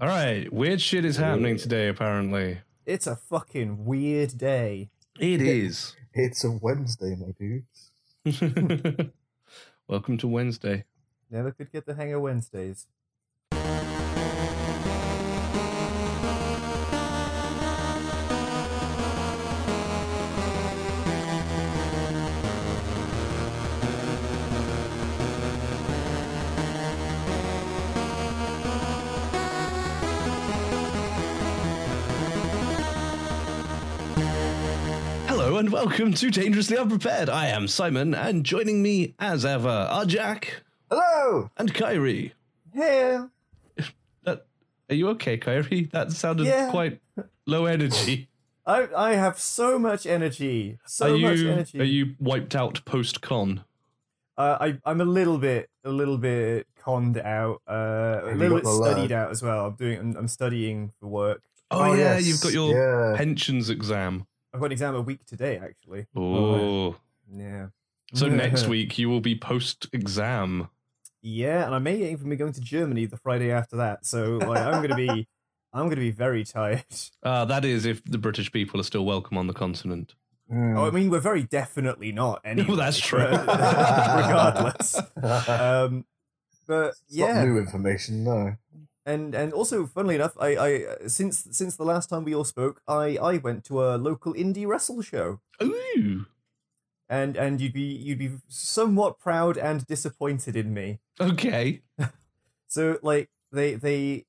All right, weird shit is happening today. Apparently, It's a fucking weird day. it is. It's a Wednesday, my dudes. Welcome to Wednesday. Never could get the hang of Wednesdays. Hello and welcome to Dangerously Unprepared. I am Simon, and joining me as ever are Jack Hello! and Kyrie. Hell, That, are you okay, Kyrie? That sounded Yeah. quite low energy. I I have so much energy, so are you much energy. are you wiped out post con? Uh, I I'm a little bit a little bit conned out, uh, a Have you little bit got the lab? studied out as well. I'm doing I'm, I'm studying for work. Oh, yeah, you've got your Yeah. pensions exam. I've got an exam a week today actually. Oh, Yeah. so next week you will be post exam. Yeah, and I may even be going to Germany the Friday after that. So like I'm gonna be I'm gonna be very tired. Uh, that is if the British people are still welcome on the continent. Mm. Oh, I mean, we're very definitely not. Anyway, Hmm. uh, that's true. regardless, Not um, but yeah, new information, no. and and also, funnily enough, I, I uh, since since the last time we all spoke, I I went to a local indie wrestle show, Ooh, and and you'd be you'd be somewhat proud and disappointed in me. okay. So like they they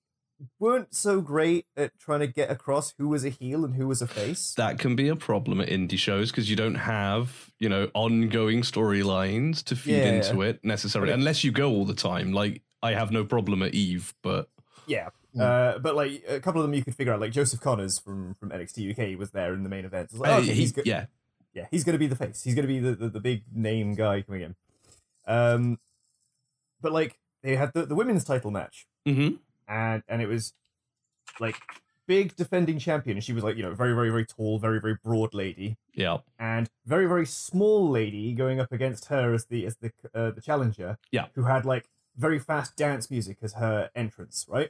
weren't so great at trying to get across who was a heel and who was a face. That can be a problem at indie shows because you don't have, you know, ongoing storylines to feed Yeah. into it necessarily, But it- unless you go all the time. Like, I have no problem at Eve, but Yeah. hmm. Uh, but like a couple of them you could figure out like Joseph Connors from from NXT UK was there in the main event. It's like, Uh, okay, he- he's go- yeah, yeah, he's going to be the face. He's going to be the, the, the big name guy coming in. Um, but like they had the, the women's title match, hmm and and it was like big defending champion. She was like you know very very very tall, very very broad lady, yeah, and very very small lady going up against her as the as the uh, the challenger. Yeah. who had like very fast dance music as her entrance, right?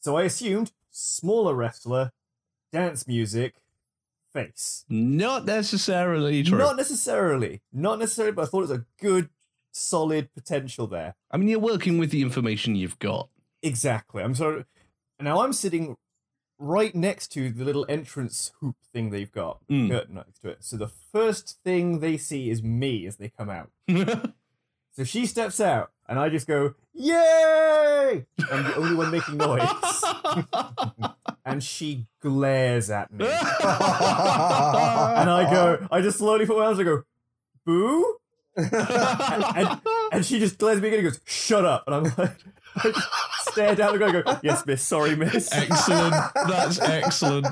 So I assumed smaller wrestler, dance music, face. not necessarily true. Not necessarily. Not necessarily, but I thought it was a good, solid potential there. I mean, you're working with the information you've got. Exactly. I'm sorry. Now I'm sitting right next to the little entrance hoop thing they've got, Mm. curtain next to it. So the first thing they see is me as they come out. So she steps out, and I just go, Yay! I'm the only one making noise. and she glares at me. And I go, I just slowly put my hands, I go, Boo? And she just glares at me again and goes, shut up. And I'm like, I just stare down at her and go, yes, miss, sorry, miss. excellent. That's excellent.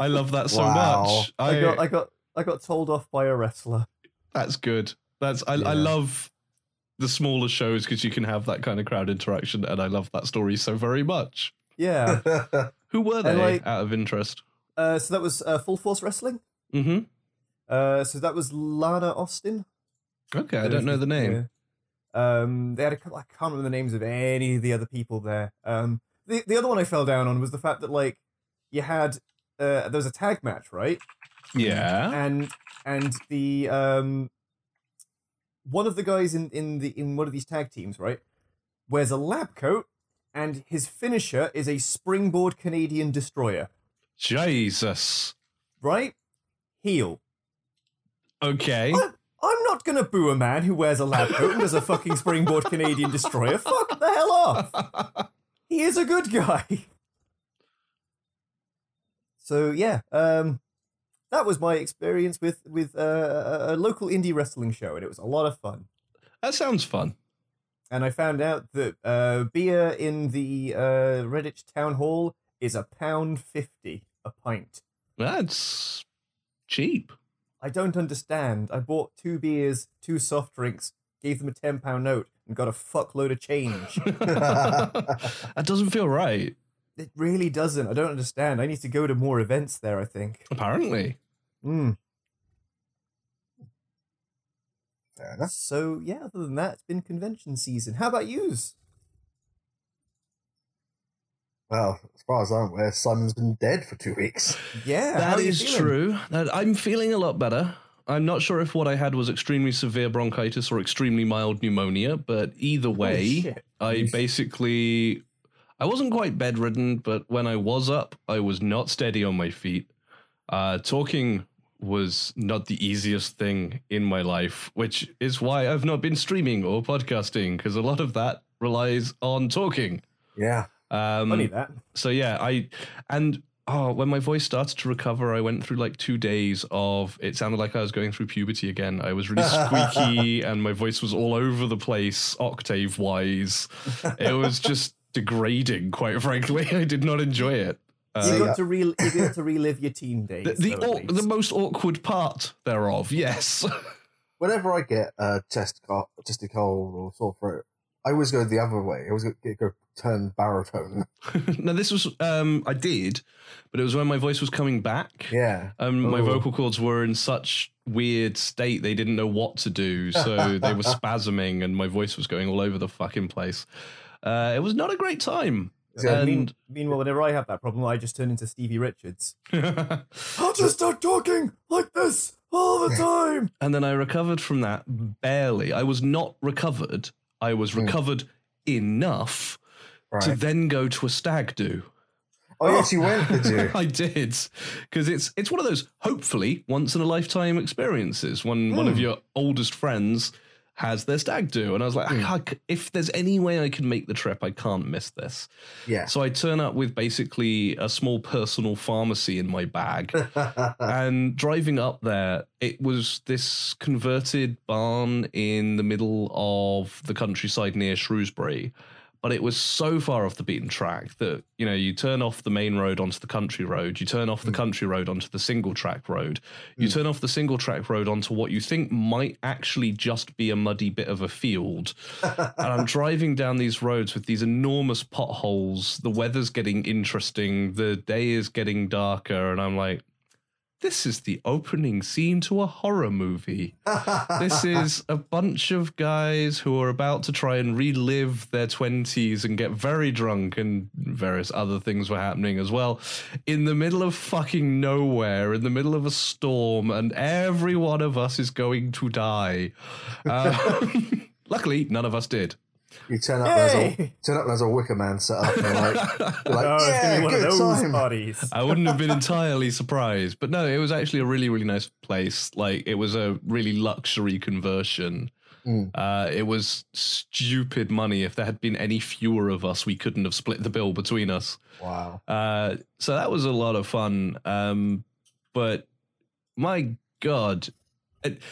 I love that so Wow. much. I, I got, I got, I got told off by a wrestler. that's good. That's I, Yeah. I love the smaller shows because you can have that kind of crowd interaction, and I love that story so very much. Uh. Yeah. Who were they? like- out of interest. Uh, so that was uh, Full Force Wrestling. hmm Uh, so that was Lana Austin. Okay, I don't know the name. Yeah. Um, they had a couple. I can't remember the names of any of the other people there. Um, the the other one I fell down on was the fact that like you had uh, there was a tag match, right? Yeah. and and the um one of the guys in in the in one of these tag teams right wears a lab coat and his finisher is a springboard canadian destroyer Jesus. right heel Okay. What? i'm not gonna boo a man who wears a lab coat and does a fucking springboard canadian destroyer fuck the hell off he is a good guy so yeah um that was my experience with with uh, a a local indie wrestling show and it was a lot of fun that sounds fun. and I found out that uh, beer in the uh, Redditch town hall is a pound fifty a pint. That's cheap. I don't understand. I bought two beers, two soft drinks, gave them a ten pound note, and got a fuckload of change. that doesn't feel right. it really doesn't. I don't understand. I need to go to more events there. I think. Apparently. Mm. Fair enough. So yeah, other than that, it's been convention season. How about yous? Well, as far as I'm aware, Sun's been dead for two weeks. Yeah, how That are you is feeling? true. That I'm feeling a lot better. I'm not sure if what I had was extremely severe bronchitis or extremely mild pneumonia, but either Holy way, shit. I Jeez. basically I wasn't quite bedridden, but when I was up, I was not steady on my feet. Uh, talking was not the easiest thing in my life, which is why I've not been streaming or podcasting because a lot of that relies on talking. Yeah. Um, Funny that. so yeah, I and oh, when my voice started to recover, I went through like two days of it sounded like I was going through puberty again. I was really squeaky and my voice was all over the place, octave wise. It was just degrading, quite frankly. I did not enjoy it. you Um, got to re- you got to relive your teen days. the, the, though, at au- the least. most awkward part thereof, yes. Whenever I get a chest, co- chest cold or sore throat, I always go the other way. I always go, go turn baritone. now this was um I did, but it was when my voice was coming back. Yeah. Um, my Oh. vocal cords were in such weird state they didn't know what to do, so they were spasming and my voice was going all over the fucking place. Uh, it was not a great time. Yeah, mean- and Meanwhile, whenever I have that problem, I just turn into Stevie Richards. and I'll just start talking like this all the time. then I recovered from that barely. I was not recovered. I was Hmm. recovered enough to Right. then go to a stag do. Oh, yes, you went, did you? I did because it's it's one of those hopefully once in a lifetime experiences when one of Hmm. your oldest friends has their stag do, and I was like, Hmm. "Ah, c- if there's any way I can make the trip, I can't miss this. Yeah. So I turn up with basically a small personal pharmacy in my bag. oh, And driving up there, it was this converted barn in the middle of the countryside near Shrewsbury. But it was so far off the beaten track that, you know, you turn off the main road onto the country road, you turn off the Mm. country road onto the single track road, you Mm. turn off the single track road onto what you think might actually just be a muddy bit of a field and I'm driving down these roads with these enormous potholes. The weather's getting interesting. The day is getting darker, and I'm like, this is the opening scene to a horror movie. This is a bunch of guys who are about to try and relive their 20s and get very drunk, and various other things were happening as well. In the middle of fucking nowhere, in the middle of a storm, and every one of us is going to die. Um, Luckily, none of us did. You turn up, there's a, Hey! turn up, there's a wicker man set up, and you're like, you're like oh, it's gonna yeah, be one of good those time. parties. I wouldn't have been entirely surprised, but no, it was actually a really, really nice place. Like it was a really luxury conversion. Mm. Uh, it was stupid money. If there had been any fewer of us, we couldn't have split the bill between us. Wow. Uh, so that was a lot of fun. Um, but my God, it,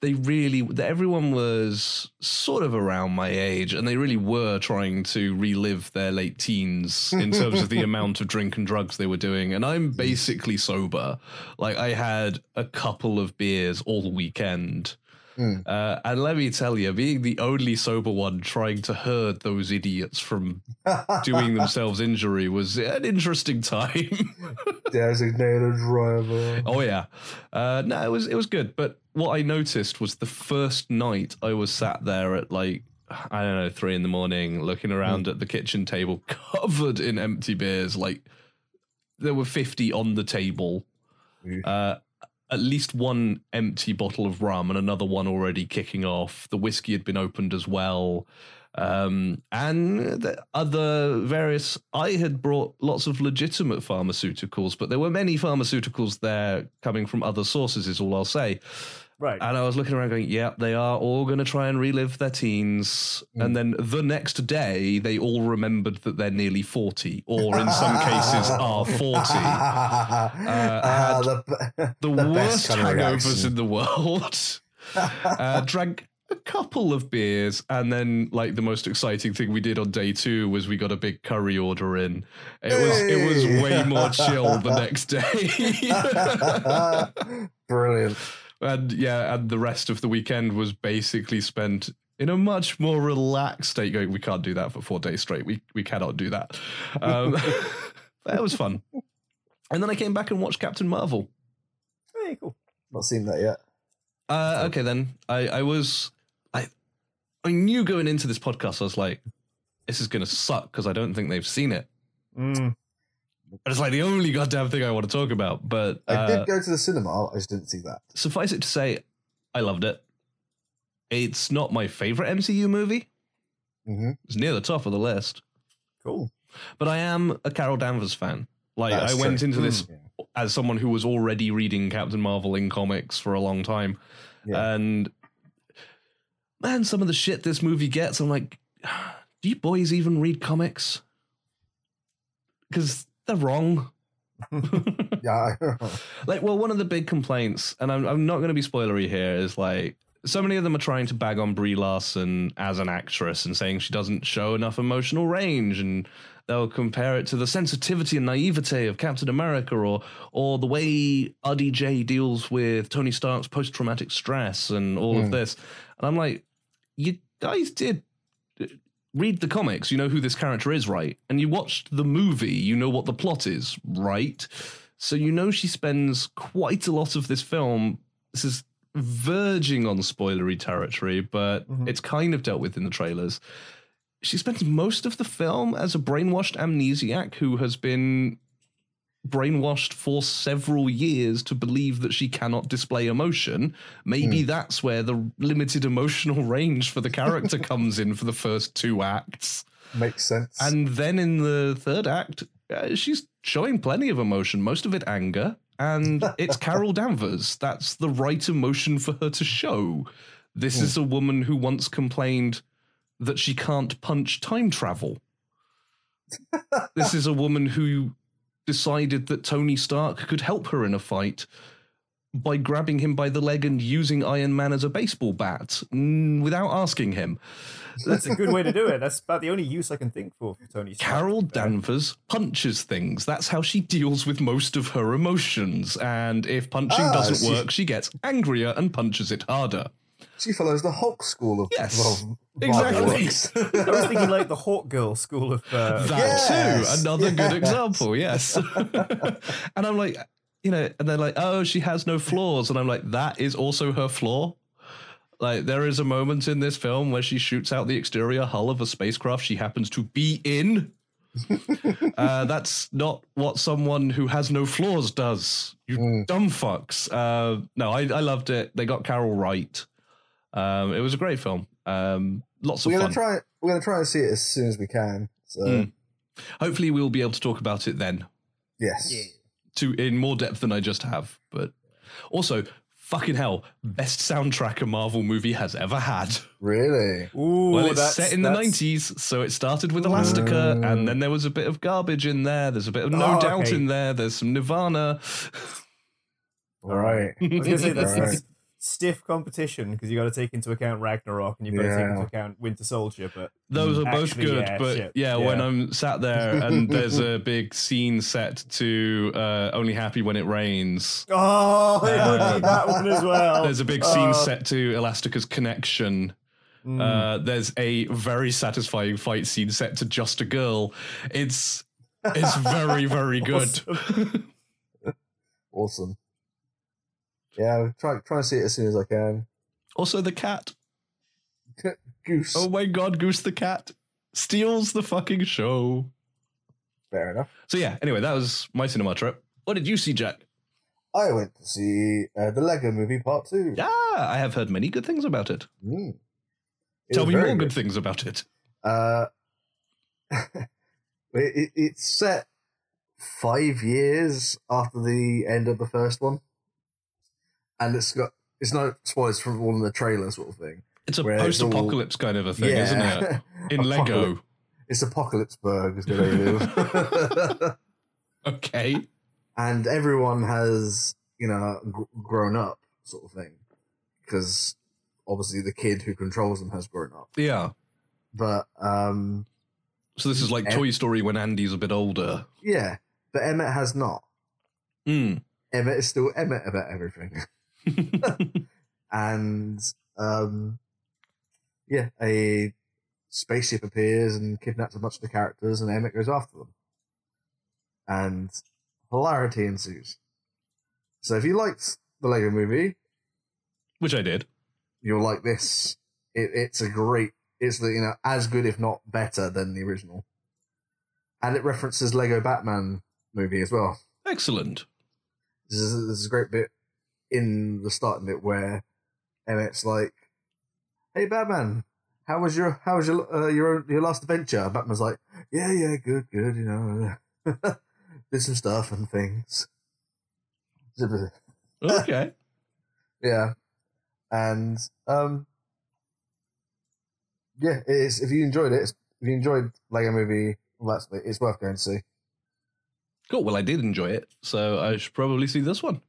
they really, everyone was sort of around my age and they really were trying to relive their late teens in terms of the amount of drink and drugs they were doing. And I'm basically sober. Like I had a couple of beers all weekend. Mm. Uh, and let me tell you, being the only sober one trying to herd those idiots from doing themselves injury was an interesting time. Designated driver. oh yeah, uh, no, it was it was good. But what I noticed was the first night I was sat there at like I don't know three in the morning, looking around at the kitchen table covered in empty beers. Like there were fifty on the table. Oof. Uh, at least one empty bottle of rum and another one already kicking off. The whiskey had been opened as well. Um, and the other various, I had brought lots of legitimate pharmaceuticals, but there were many pharmaceuticals there coming from other sources, is all I'll say. Right. Uh, And I was looking around going, yeah, they are all going to try and relive their teens. Hmm. And then the next day, they all remembered that they're nearly 40, or in some cases, are Uh, 40 Ah, the, the, The worst best kinda hangovers reaction. in the world. uh, drank a couple of beers, and then like the most exciting thing we did on day two was we got a big curry order in. It was it was Hey! way more chill the next day. Brilliant. and yeah, and the rest of the weekend was basically spent in a much more relaxed state. Going, we can't do that for four days straight. We we cannot do that. Um, that was fun. And then I came back and watched Captain Marvel. Hey, cool. Not seen that yet. Uh, okay, then I, I was I I knew going into this podcast I was like, this is gonna suck because I don't think they've seen it, Mm. And it's like the only goddamn thing I want to talk about. But I uh, did go to the cinema. I just didn't see that. suffice it to say, I loved it. It's not my favorite MCU movie. hmm It's near the top of the list, Cool. but I am a Carol Danvers fan. Like That's Hmm. I went true. into this Yeah. as someone who was already reading Captain Marvel in comics for a long time, Yeah. and man, some of the shit this movie gets, I'm like, do you boys even read comics? Because they're wrong. Yeah, Like, well, one of the big complaints, and I'm, I'm not going to be spoilery here, is like so many of them are trying to bag on Brie Larson as an actress and saying she doesn't show enough emotional range, and they'll compare it to the sensitivity and naivete of Captain America, or or the way RDJ deals with Tony Stark's post traumatic stress and all of Hmm. this, and I'm like, you guys did. uh, Read the comics, you know who this character is, right? And you watched the movie, you know what the plot is, right? So you know she spends quite a lot of this film. This is verging on spoilery territory, but Mhm. it's kind of dealt with in the trailers. She spends most of the film as a brainwashed amnesiac who has been brainwashed for several years to believe that she cannot display emotion. Maybe that's where the limited emotional range for the character comes in for the first two acts. makes sense. And then in the third act, uh, she's showing plenty of emotion, most of it anger. And it's Carol Danvers. That's the right emotion for her to show. This Hmm. is a woman who once complained that she can't punch time travel. this is a woman who decided that Tony Stark could help her in a fight by grabbing him by the leg and using Iron Man as a baseball bat mm, without asking him. That's a good way to do it. That's about the only use I can think for, for Tony. Stark. Carol Uh, Danvers punches things. That's how she deals with most of her emotions. And if punching Ah, doesn't she's- work, she gets angrier and punches it harder. she follows the Hulk school of Yes. well, Exactly. Marvel works. I was thinking like the Hawk Girl school of. Uh, That Yes, too, another yes. good example. Yes. and I'm like, you know, and they're like, oh, she has no flaws. And I'm like, that is also her flaw. Like, there is a moment in this film where she shoots out the exterior hull of a spacecraft she happens to be in. uh, that's not what someone who has no flaws does. You Mm. dumb fucks. Uh, no, I, I loved it. They got Carol right. Um, it was a great film. Um, lots of we're fun. gonna try. We're gonna try and see it as soon as we can. So Mm. Hopefully, we'll be able to talk about it then. yes, Yeah. to in more depth than I just have. But also, fucking hell, best soundtrack a Marvel movie has ever had. really. Ooh, well, it's that's- set in the that's- nineties, so it started with Elastica, Mm. and then there was a bit of garbage in there. There's a bit of No Oh, Doubt okay. in there. There's some Nirvana. All right. I was going to say that's Right. it's stiff competition because you got to take into account Ragnarok and you've got to take Yeah. into account Winter Soldier, but Those are both Actually, good, yeah, but shit. yeah, when Yeah. I'm sat there and there's a big scene set to uh, "Only Happy When It Rains," oh, it would Uh, be that one as well. there's a big scene Oh. set to Elastica's Connection, Mm. Uh, there's a very satisfying fight scene set to Just a Girl. It's it's very very good. Awesome. Yeah, I'll try try and see it as soon as I can. also, the cat. Goose. Oh my god, Goose the cat steals the fucking show. Fair enough. So yeah. Anyway, that was my cinema trip. What did you see, Jack? I went to see uh, the Lego Movie Part Two. Yeah, I have heard many good things about it. Mm. It Tell me was more very good things about it. Uh, it, it, it's set five years after the end of the first one, and it's got it's no spoilers from all in the trailer sort of thing. It's a Where it's all- post-apocalypse kind of a thing, isn't it? In Apocalypse- Lego. it's Apocalypseburg is where they live, Okay. and everyone has you know gr- grown up sort of thing because obviously the kid who controls them has grown up, Yeah. but um, So this is like And- Toy Story when Andy's a bit older. yeah, but Emmett has not. Mm. Emmett is still Emmett about everything. and um, yeah, a spaceship appears and kidnaps a bunch of the characters, and Emmett goes after them, and hilarity ensues. So, if you liked the Lego Movie, Which I did. you'll like this. It, it's a great, it's the, you know as good if not better than the original, and it references Lego Batman movie as well. Excellent. This is, this is a great bit in the starting bit where Emmett's like, "Hey Batman, how was your how was your uh, your own- your last adventure?" Batman's like, "Yeah, yeah, good, good, you know, did some stuff and things." Okay. Yeah. And um yeah, it's if you enjoyed it, it's, if you enjoyed Lego Movie, well, that's it's worth going to see. cool. Well, I did enjoy it, so I should probably see this one.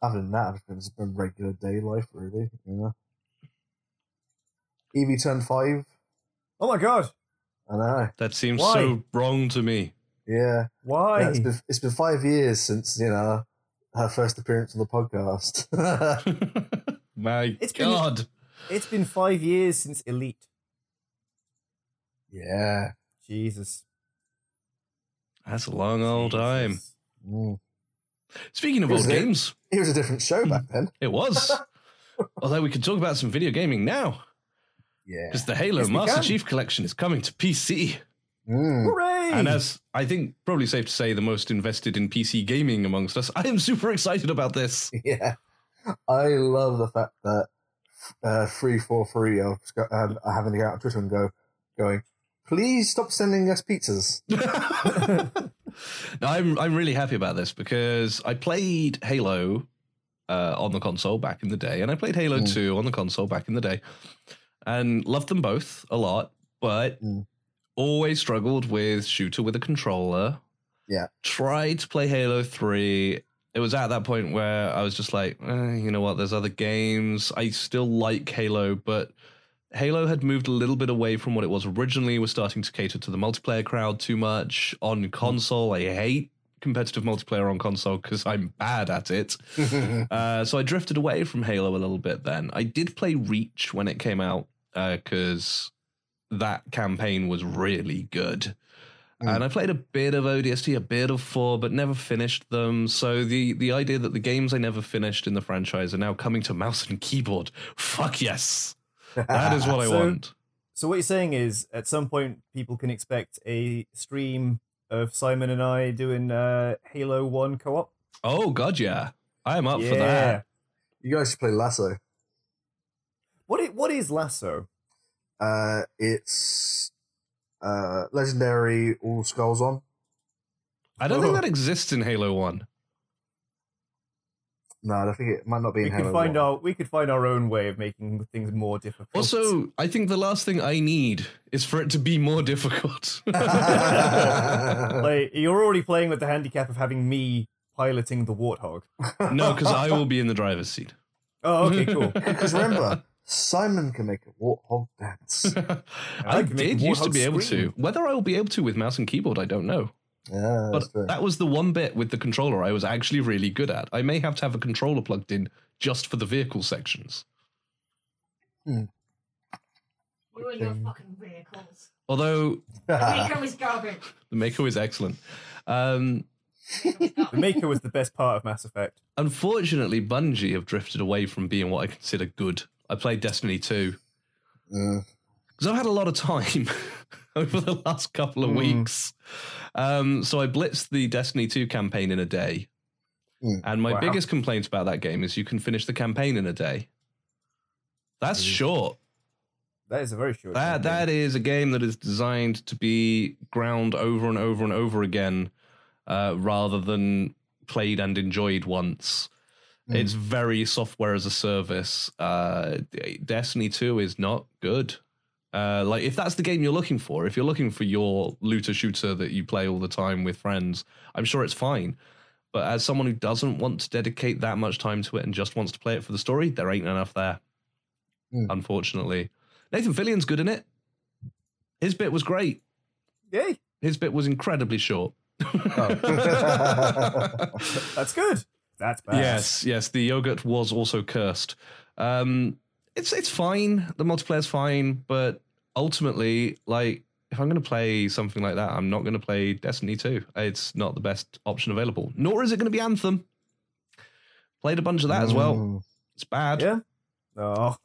Other than that, it's been regular day life, really. You know, Evie turned five. Oh my god! I know. That seems Why? so wrong to me. Yeah, Why? Yeah, it's been it's been five years since you know her first appearance on the podcast. My It's been- God. It's been five years since Elite. yeah. Jesus. That's a long old time. Jesus. Mm. Speaking of Is old it? games, It was a different show back then. it was. Although we can talk about some video gaming now, Yeah. because the Halo Yes, we Master can. Chief Collection is coming to PC. Mm. Hooray! And as I think probably safe to say, the most invested in PC gaming amongst us, I am super excited about this. Yeah, I love the fact that uh, three four three are just go- um, are having to go out on Twitter and go going. Please stop sending us pizzas. no, I'm I'm really happy about this because I played Halo uh, on the console back in the day, and I played Halo Mm. Two on the console back in the day, and loved them both a lot, but Mm. always struggled with shooter with a controller. Yeah. tried to play Halo Three. It was at that point where I was just like, eh, you know what? There's other games. I still like Halo, but Halo had moved a little bit away from what it was originally. Was starting to cater to the multiplayer crowd too much on console. I hate competitive multiplayer on console because I'm bad at it. Uh, so I drifted away from Halo a little bit. Then I did play Reach when it came out because that campaign was really good. Mm. And I played a bit of ODST, a bit of four, but never finished them. So the the idea that the games I never finished in the franchise are now coming to mouse and keyboard. Fuck yes. That is what I Ah, So- want. so what you're saying is, at some point, people can expect a stream of Simon and I doing uh, Halo One co-op. Oh god, yeah. I am up for that. you guys should play Lasso. What is, what is Lasso? Uh, it's uh, legendary. All skulls on. I don't think Oh. that exists in Halo 1. No, I think it might not be We in Halo. could find 1. our we could find our own way of making things more difficult. Also, uh, I think the last thing I need is for it to be more difficult. like you're already playing with the handicap of having me piloting the warthog. no, because I will be in the driver's seat. Oh, okay, cool. Because remember, Simon can make a warthog dance. I can make did used to Warthog be able scream. to. Whether I will be able to with mouse and keyboard, I don't know. Yeah, that's But true. that was the one bit with the controller I was actually really good at. I may have to have a controller plugged in just for the vehicle sections. Ruin your fucking vehicles. Although The Rico is garbage. the Mako is excellent. Um, Rico is The garbage. Maker was the best part of Mass Effect. unfortunately, Bungie have drifted away from being what I consider good. I played Destiny 2 Mm. because I've had a lot of time over the last couple of Hmm. weeks. Um, so I blitzed the Destiny 2 campaign in a day. Hmm. And my Wow. biggest complaint about that game is you can finish the campaign in a day. That's Hmm. short. That is a very short. That campaign. that is a game that is designed to be ground over and over and over again, uh, rather than played and enjoyed once. Mm. It's very software as a service. Uh, Destiny Two is not good. Uh, like if that's the game you're looking for, if you're looking for your looter shooter that you play all the time with friends, I'm sure it's fine. But as someone who doesn't want to dedicate that much time to it and just wants to play it for the story, there ain't enough there, Mm. unfortunately. Nathan Fillion's good in it. His bit was great. Yay! His bit was incredibly short. That's good. That's bad. yes, yes. The yogurt was also cursed. Um, it's it's fine. The multiplayer's fine, but ultimately, like, if I'm going to play something like that, I'm not going to play Destiny 2. It's not the best option available. Nor is it going to be Mm. Anthem. Played a bunch of that as well. It's bad. Yeah. Oh,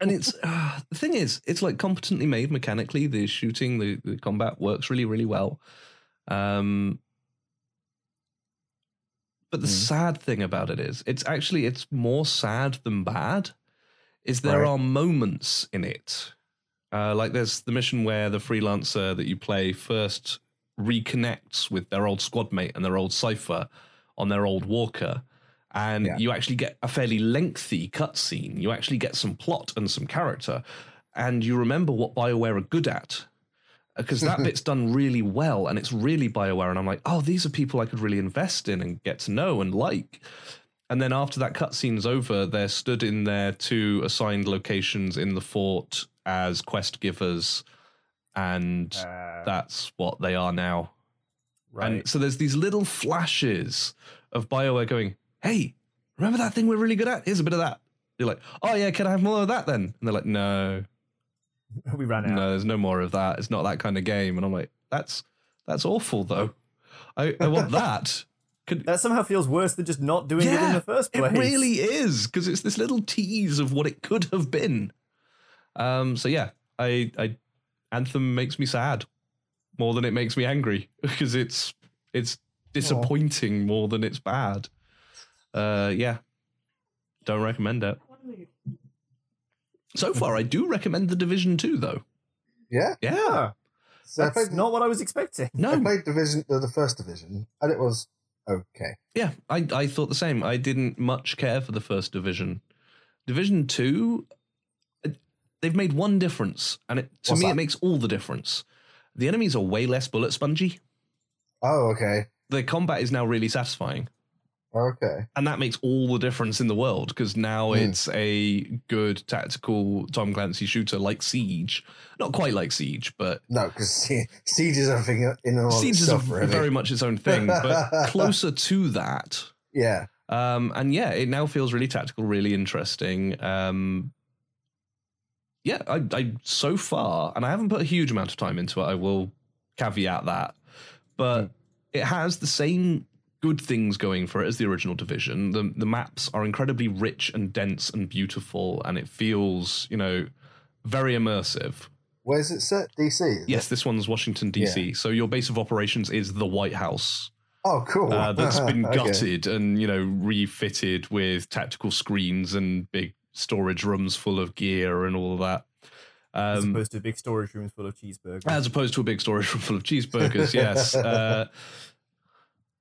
and it's uh, the thing is, it's like competently made mechanically. The shooting, the, the combat works really, really well. Um, but the Mm. sad thing about it is, it's actually it's more sad than bad. Is there Right. are moments in it, uh, like there's the mission where the freelancer that you play first reconnects with their old squad mate and their old cipher on their old walker and Yeah. you actually get a fairly lengthy cutscene. You actually get some plot and some character, and you remember what Bioware are good at because that bit's done really well and it's really Bioware. And I'm like, oh, these are people I could really invest in and get to know and like. And then after that cutscene's over, they're stood in their two assigned locations in the fort as quest givers, and Uh, that's what they are now. right. And so there's these little flashes of Bioware going, hey, remember that thing we're really good at? Here's a bit of that. You're like, oh yeah, can I have more of that then? And they're like, no, we ran out. no, there's no more of that. It's not that kind of game. And I'm like, that's that's awful though. I, I want that. Could, That somehow feels worse than just not doing it in Yeah, the first it place. really is because it's this little tease of what it could have been. Um, so yeah, I, I Anthem makes me sad more than it makes me angry because it's it's disappointing more than it's bad. Uh, yeah, don't recommend it. What a mood. So far, I do recommend the Division Two though. Yeah, Yeah, so I That's played, not what I was expecting. I no, played Division, uh, the first Division, and it was okay. Yeah, I, I thought the same. I didn't much care for the first division. Division two, uh, they've made one difference, and it, to What's me, that? it makes all the difference. The enemies are way less bullet spongy. Oh, okay, The combat is now really satisfying, okay, and that makes all the difference in the world because now Hmm. it's a good tactical Tom Clancy shooter like Siege. Not quite like Siege, but no, because Siege is everything in and of Siege is a, itself, really. very much its own thing, but closer to that. Yeah, Um, and yeah, it now feels really tactical, really interesting. Um, yeah, I, I so far, and I haven't put a huge amount of time into it. I will caveat that, but it has the same good things going for it as the original Division. The the maps are incredibly rich and dense and beautiful, and it feels you know very immersive. where's it set? DC. is it? Yes, this one's Washington DC. So your base of operations is the White House Oh, cool. uh, that's been Okay. gutted and you know refitted with tactical screens and big storage rooms full of gear and all of that. as Um, opposed to big storage rooms full of cheeseburgers. as opposed to a big storage room full of cheeseburgers, yes. Uh,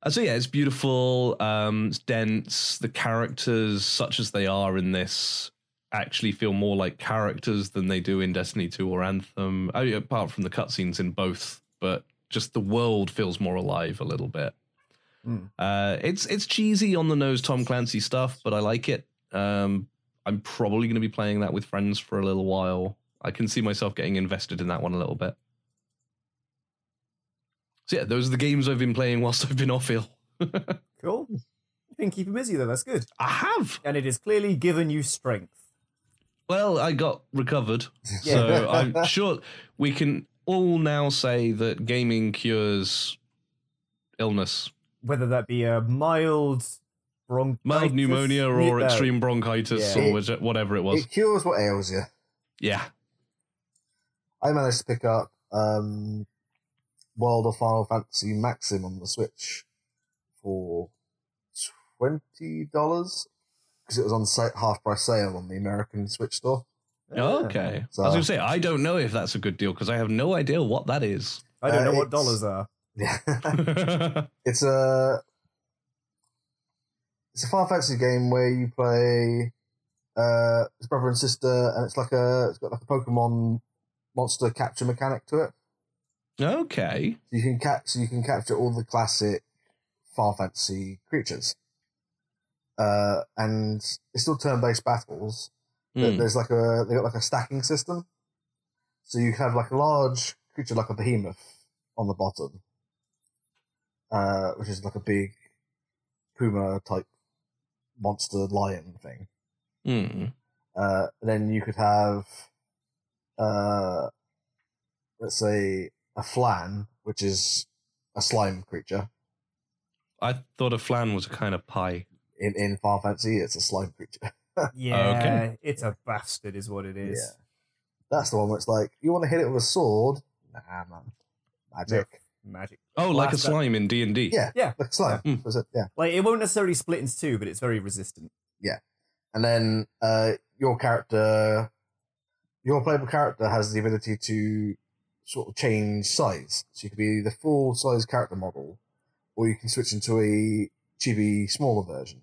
and so yeah, it's beautiful. Um, it's dense. The characters, such as they are in this, actually feel more like characters than they do in Destiny Two or Anthem. I mean, apart from the cutscenes in both, but just the world feels more alive a little bit. Mm. Uh, it's it's cheesy on the nose Tom Clancy stuff, but I like it. Um, I'm probably going to be playing that with friends for a little while. I can see myself getting invested in that one a little bit. So yeah, those are the games I've been playing whilst I've been off ill. Cool. You've been keeping busy though. That's good. I have. And it has clearly given you strength. Well, I got recovered, so I'm sure we can all now say that gaming cures illness, Whether that be a mild bronchitis, mild pneumonia, or no, extreme bronchitis, Yeah. or which- whatever it was. It cures what ails you. Yeah, I managed to pick up um, World of Final Fantasy Maxim on the Switch for twenty dollars because it was on sa- half price sale on the American Switch store. Oh, okay. So- I was going to say, I don't know if that's a good deal because I have no idea what that is. I don't Uh, know what it's- dollars are. Yeah, okay. it's a it's a Final Fantasy game where you play uh, it's brother and sister, and it's like a it's got like a Pokemon monster capture mechanic to it. you can capture you can capture all the classic Final Fantasy creatures. Uh, and it's still turn-based battles. but Hmm. There's like a they got like a stacking system, so you have like a large creature like a behemoth on the bottom, uh, which is like a big puma type monster lion thing. Hmm. Uh, then you could have, uh, let's say, a flan, which is a slime creature. I thought a flan was a kind of pie. In in Final Fantasy, it's a slime creature. Yeah, it's a bastard, is what it is. That's the one where it's like, you want to hit it with a sword? Nah, man. Magic. Magic. Oh, like a Blaster. slime in D and D. Yeah. Yeah. Like slime. Mm. So it's like, yeah. Like it won't necessarily split into two, but it's very resistant. And then uh, your character, your playable character has the ability to sort of change size. So you could be the full size character model, or you can switch into a chibi smaller version.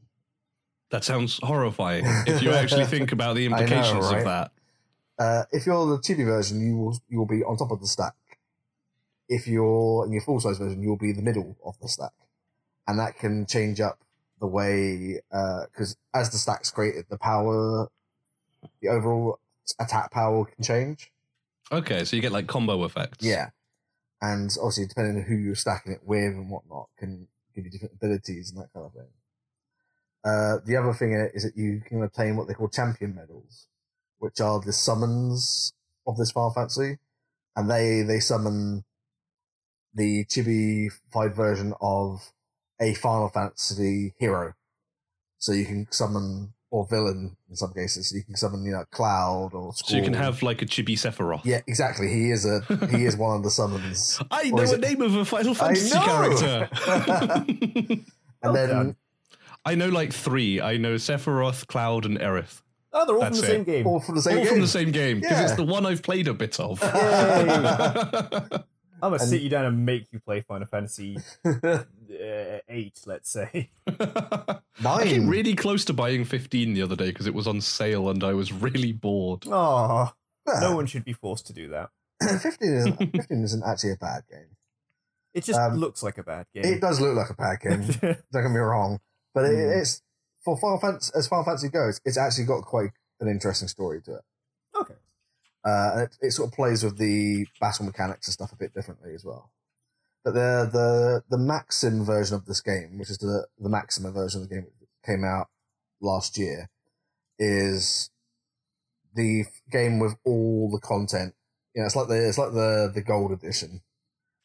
That sounds horrifying if you actually think about the know, implications right? of that. Uh, if you're the chibi version, you will you will be on top of the stack. If you're in your full size version, you'll be the middle of the stack, and that can change up the way because as the stack's created, the power, the overall attack power can change. Okay, so you get like combo effects. Yeah, and obviously depending on who you're stacking it with and whatnot, can give you different abilities and that kind of thing. Uh, the other thing in it is that you can obtain what they call champion medals, which are the summons of this far fancy, and they they summon the chibi fied version of a Final Fantasy hero. So you can summon or villain in some cases. So you can summon you know Cloud or So you can Squall. have like a chibi Sephiroth. yeah exactly. He is a he is one of the summons. I Or know is a it- name of a Final Fantasy know! character. And Well then done. I know like three. I know Sephiroth, Cloud, and Aerith. Oh, they're all That's from the same it. game. all from the same All game. from the same game because it's Yeah. the one I've played a bit of. Yay. I'm gonna And- sit you down and make you play Final Fantasy uh, eight, let's say. I came Nine. really close to buying 15 the other day because it was on sale and I was really bored. Oh, Yeah. no one should be forced to do that. fifteen isn't fifteen isn't actually a bad game. It just Um, looks like a bad It game. does look like a bad game. don't get me wrong, but it, Hmm. it's for Final Fantasy as Final Fantasy goes, it's actually got quite an interesting story to it. okay. Uh, and it, it sort of plays with the battle mechanics and stuff a bit differently as well. But the the the Maxim version of this game, which is the the Maxima version of the game that came out last year, is the f- game with all the content. You know, it's like the it's like the the gold edition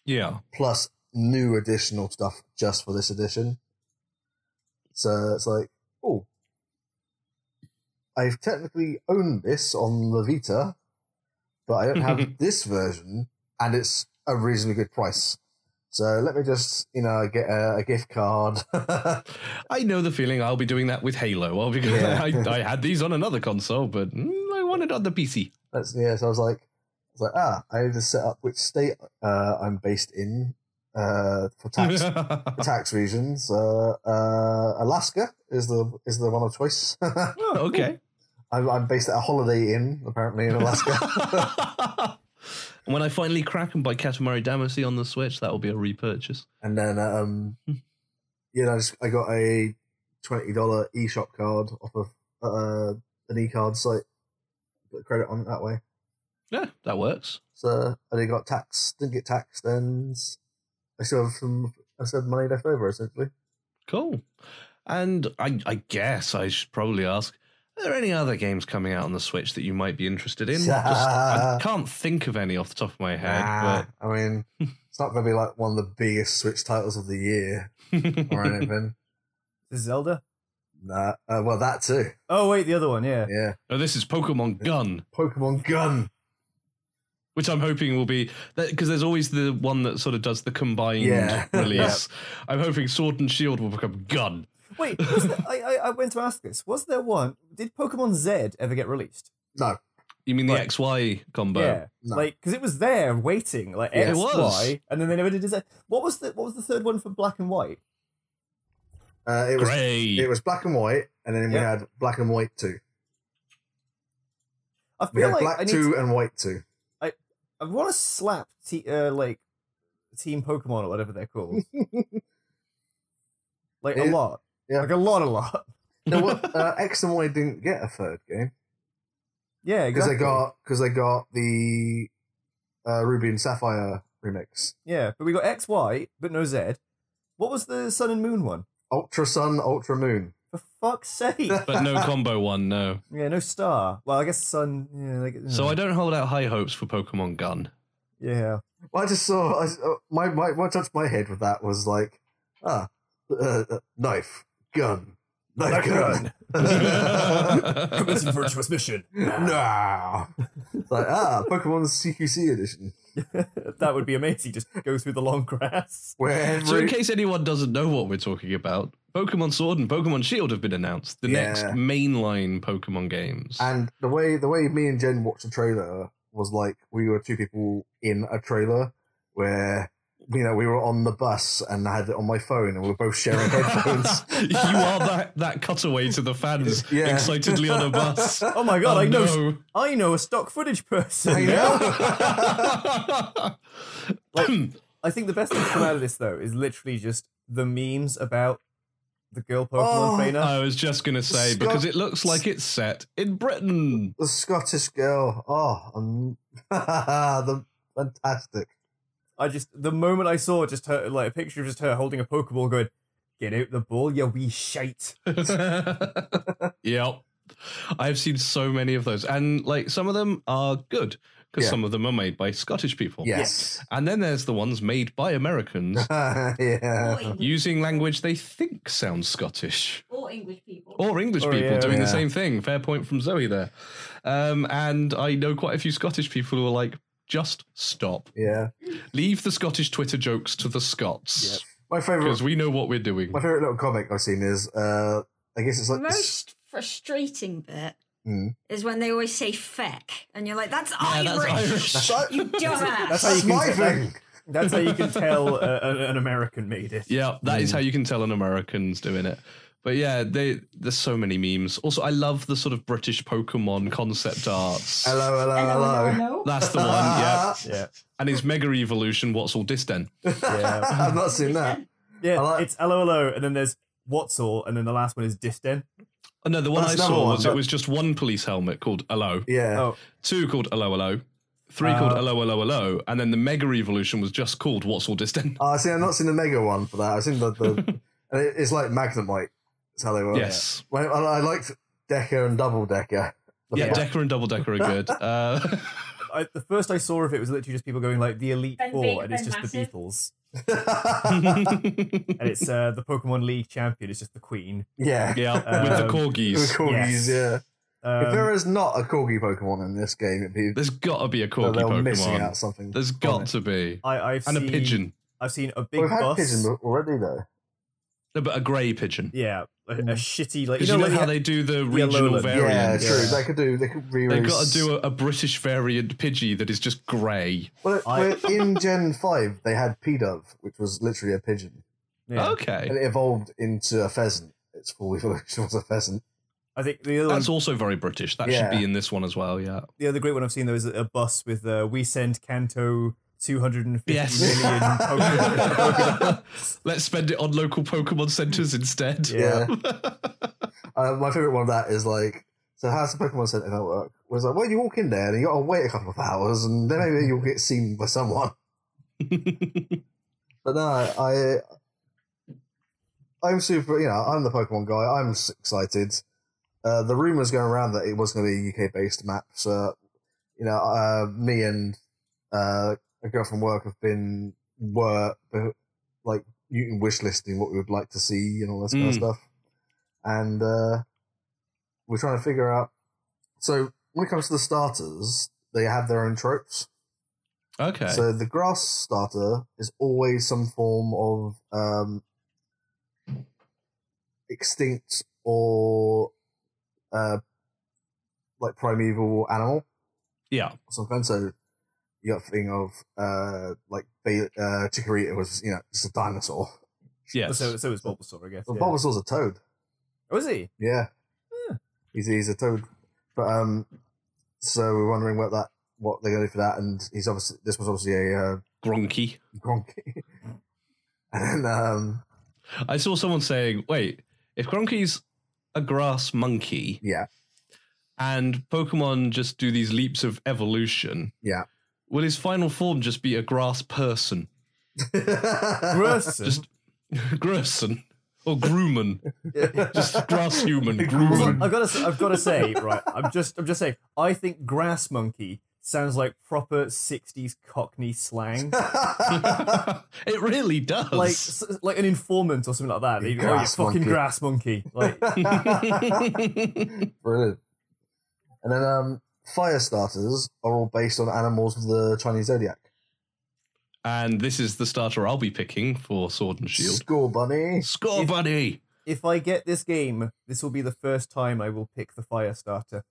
Yeah. plus new additional stuff just for this edition. So it's like, oh, I've technically owned this on the Vita, but I don't have this version, and it's a reasonably good price. So let me just, you know, get a, a gift card. I know the feeling I'll be doing that with Halo. I'll be going, Yeah. I, I had these on another console, but mm, I want it on the PC. That's yeah. So I was like, I was like, ah, I need to set up which state uh, I'm based in uh, for tax for tax reasons. Uh, uh, Alaska is the is the one of choice. okay. I'm, I'm based at a Holiday Inn, apparently in Alaska. And when I finally crack and buy Katamari Damacy on the Switch, that will be a repurchase. and then, um, you know, I, just, I got a twenty dollar eShop card off of uh, an eCard site. Put credit on it that way. Yeah, that works. So I only got tax, didn't get taxed, and I still have some. I still have money left over essentially. Cool. And I, I guess I should probably ask: Are there any other games coming out on the Switch that you might be interested in? Just- I can't think of any off the top of my head. Nah, I mean, it's not going to be like one of the biggest Switch titles of the year But or anything. Zelda. nah, uh, well, that too. Oh wait, the other one. Yeah. Yeah, No, Oh, this is Pokemon Gun, Pokemon Gun. which I'm hoping will be because there's always the one that sort of does the combined Yeah. release. I'm hoping Sword and Shield will become Gun. Wait, was there, I, I I went to ask this. Was there one? Did Pokemon Z ever get released? No, You mean the Right. XY combo? yeah, no. like because it was there waiting, like Yeah. It X, was. Y, and then they never did Z. What was the what was the third one for Black and White? uh, it was Grey. it was black and white, and then we Yeah. had black and white two. I We feel had like I black need two to- and white two. I want to slap te- uh, like Team Pokemon or whatever they're called, like a It- lot, yeah. like a lot, a lot. No, what, uh, X and Y didn't get a third game Yeah, because exactly. they got because they got the uh, Ruby and Sapphire remix, yeah, but we got X, Y, but no Z. What was the Sun and Moon one? Ultra Sun, Ultra Moon. For fuck's sake! but no combo one, no. yeah, no star. Well, I guess Sun. Yeah, like, mm, So I don't hold out high hopes for Pokemon Gun. yeah. Well, I just saw I, uh, my my what touched my head with that was like ah uh, uh, knife gun Like gun. Commencing virtuous mission. no. It's like, ah, Pokemon's CQC edition. that would be amazing. Just go through the long grass. Where every, So, in case anyone doesn't know what we're talking about, Pokemon Sword and Pokemon Shield have been announced, the Yeah. next mainline Pokemon games. and the way the way me and Jen watched the trailer was like we were two people in a trailer where you know we were on the bus and I had it on my phone and we were both sharing headphones. you are that, that cutaway to the fans Yeah. excitedly on a bus. Oh my god, Oh, I know no. I know a stock footage person. I I think the best thing to come out of this though is literally just the memes about the girl Pokemon Oh. trainer. I was just going to say, Scott- because it looks like it's set in Britain. the Scottish girl. Oh, um, the fantastic. I just the moment I saw just her like a picture of just her holding a Pokeball going, Get out the ball, you wee shite. yep. I've seen so many of those. And like some of them are good because Yeah. some of them are made by Scottish people. Yes. And then there's the ones made by Americans Or, yeah. English, using language they think sounds Scottish or English people. or English Or, people yeah. doing Oh, Yeah. the same thing. Fair point from Zoe there. Um, and I know quite a few Scottish people who are like, just stop. Yeah. Leave the Scottish Twitter jokes to the Scots My favorite because we know what we're doing. My favorite little comic I've seen is, uh, I guess it's The like this, most frustrating bit Mm. is when they always say feck, and you're like, that's Yeah, that's Irish. Irish. You dumbass. That's how you that's can my get thing. That's how you can tell uh, an, an American made it. Yeah, that is Mm. how you can tell an American's doing it. But yeah, they, there's so many memes. Also, I love the sort of British Pokemon concept arts. Hello, hello, Uh, hello. That's the one, yeah. Yeah. And his Mega Evolution, what's all this then? Yeah. I've not seen that. Yeah. I like- it's LOLO and then there's What's all, and then the last one is Disden. Oh, no, the one That's I another saw one, was but- it was just one police helmet called Hello, Yeah. Oh, two called Hello Hello, three Uh, called Hello Hello Hello, and then the Mega Evolution was just called What's all this then? Oh, I see. I've not seen the mega one for that. I've seen the, the and it, it's like Magnemite. That's how they were. yes. When, I, I liked Decker and Double Decker. Yeah, Yeah. Decker and Double Decker are good. Uh, I, the first I saw of it was literally just people going like the Elite Ben Four, big, and it's Ben just massive. the Beatles, yeah, and it's uh, the Pokemon League champion, it's just the Queen. yeah. with the Um, The corgis. corgis, Yes. yeah. if Um, there is not a corgi Pokemon in this game, it'd be There's got to be a they're corgi missing Pokemon. out something. There's on got it. to be. I, I've And a seen, pigeon. I've seen a big We've had bus. pigeon already though. No, but a grey pigeon. Yeah, a, a Mm. shitty like you Because know, you know, like, how they do the regional Alolan. Yeah, variants. true. Yeah. They could do. They could re. They've got to do a, a British variant Pidgey that is just grey. Well, I- well, in Gen 5, they had P-Dove, which was literally a pigeon. yeah. Okay. And it evolved into a pheasant. Its full evolution was a pheasant. I think the other one, That's also very British. That should Yeah. be in this one as well, yeah. the other great one I've seen though is a bus with uh, we send Kanto two hundred and fifty Yes. million Pokemon. Let's spend it on local Pokemon centres instead. Yeah. Uh, my favorite one of that is like, so how's the Pokemon Center going to work? Was like, well, you walk in there and you got to wait a couple of hours and then maybe you'll get seen by someone. But no, I, I'm super. You know, I'm the Pokemon guy. I'm s- excited. Uh, the rumors going around that it was going to be a UK based map. So, you know, uh, me and uh, a girl from work have been were uh, like you can wish listing what we would like to see and all this kind of Mm. stuff, and uh, we're trying to figure out. So when it comes to the starters, they have their own tropes. okay. So the grass starter is always some form of um, extinct or uh, like primeval animal yeah. or something. So you got a thing of uh, like Ba- uh, Chikorita was you know just a dinosaur. Yes. so so it's Bulbasaur, I guess. But yeah. Bulbasaur's a toad. Oh, is he? Yeah. Yeah. He's he's a toad. But um so we're wondering what that what they're gonna do for that and he's obviously this was obviously a uh, Gronky. Gronky. and um I saw someone saying, wait, if Gronky's a grass monkey yeah. and Pokemon just do these leaps of evolution, Yeah. will his final form just be a grass person? Grusin. Just Grusin or Grumman. Just grass human. Gruman. Grumman. I've got to I've got to say right. I'm just I'm just saying. I think Grass Monkey sounds like proper 60s Cockney slang. it really does. like s- like an informant or something like that. You You'd go, oh, you grass fucking monkey." grass monkey. Like Brilliant. And then um, fire starters are all based on animals of the Chinese zodiac. and this is the starter I'll be picking for Sword and Shield. School bunny. Score, If- buddy! if I get this game, this will be the first time I will pick the fire starter.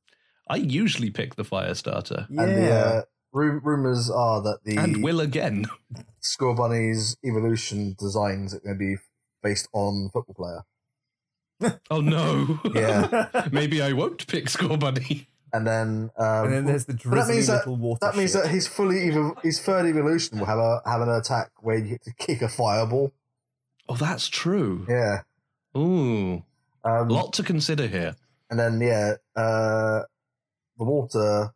I usually pick the fire starter, Yeah. And the uh, ru- rumors are that the and will again. Score Bunny's evolution designs are going to be based on football player. Oh no! Yeah. Maybe I won't pick Score Bunny. and then um, and then there's the that drizzly means that- little water. that means shit. that his fully evo- his third evolution will have a have an attack where you get to kick a fireball. Oh, that's true. Yeah. Ooh, Um, lot to consider here. And then yeah, uh, the water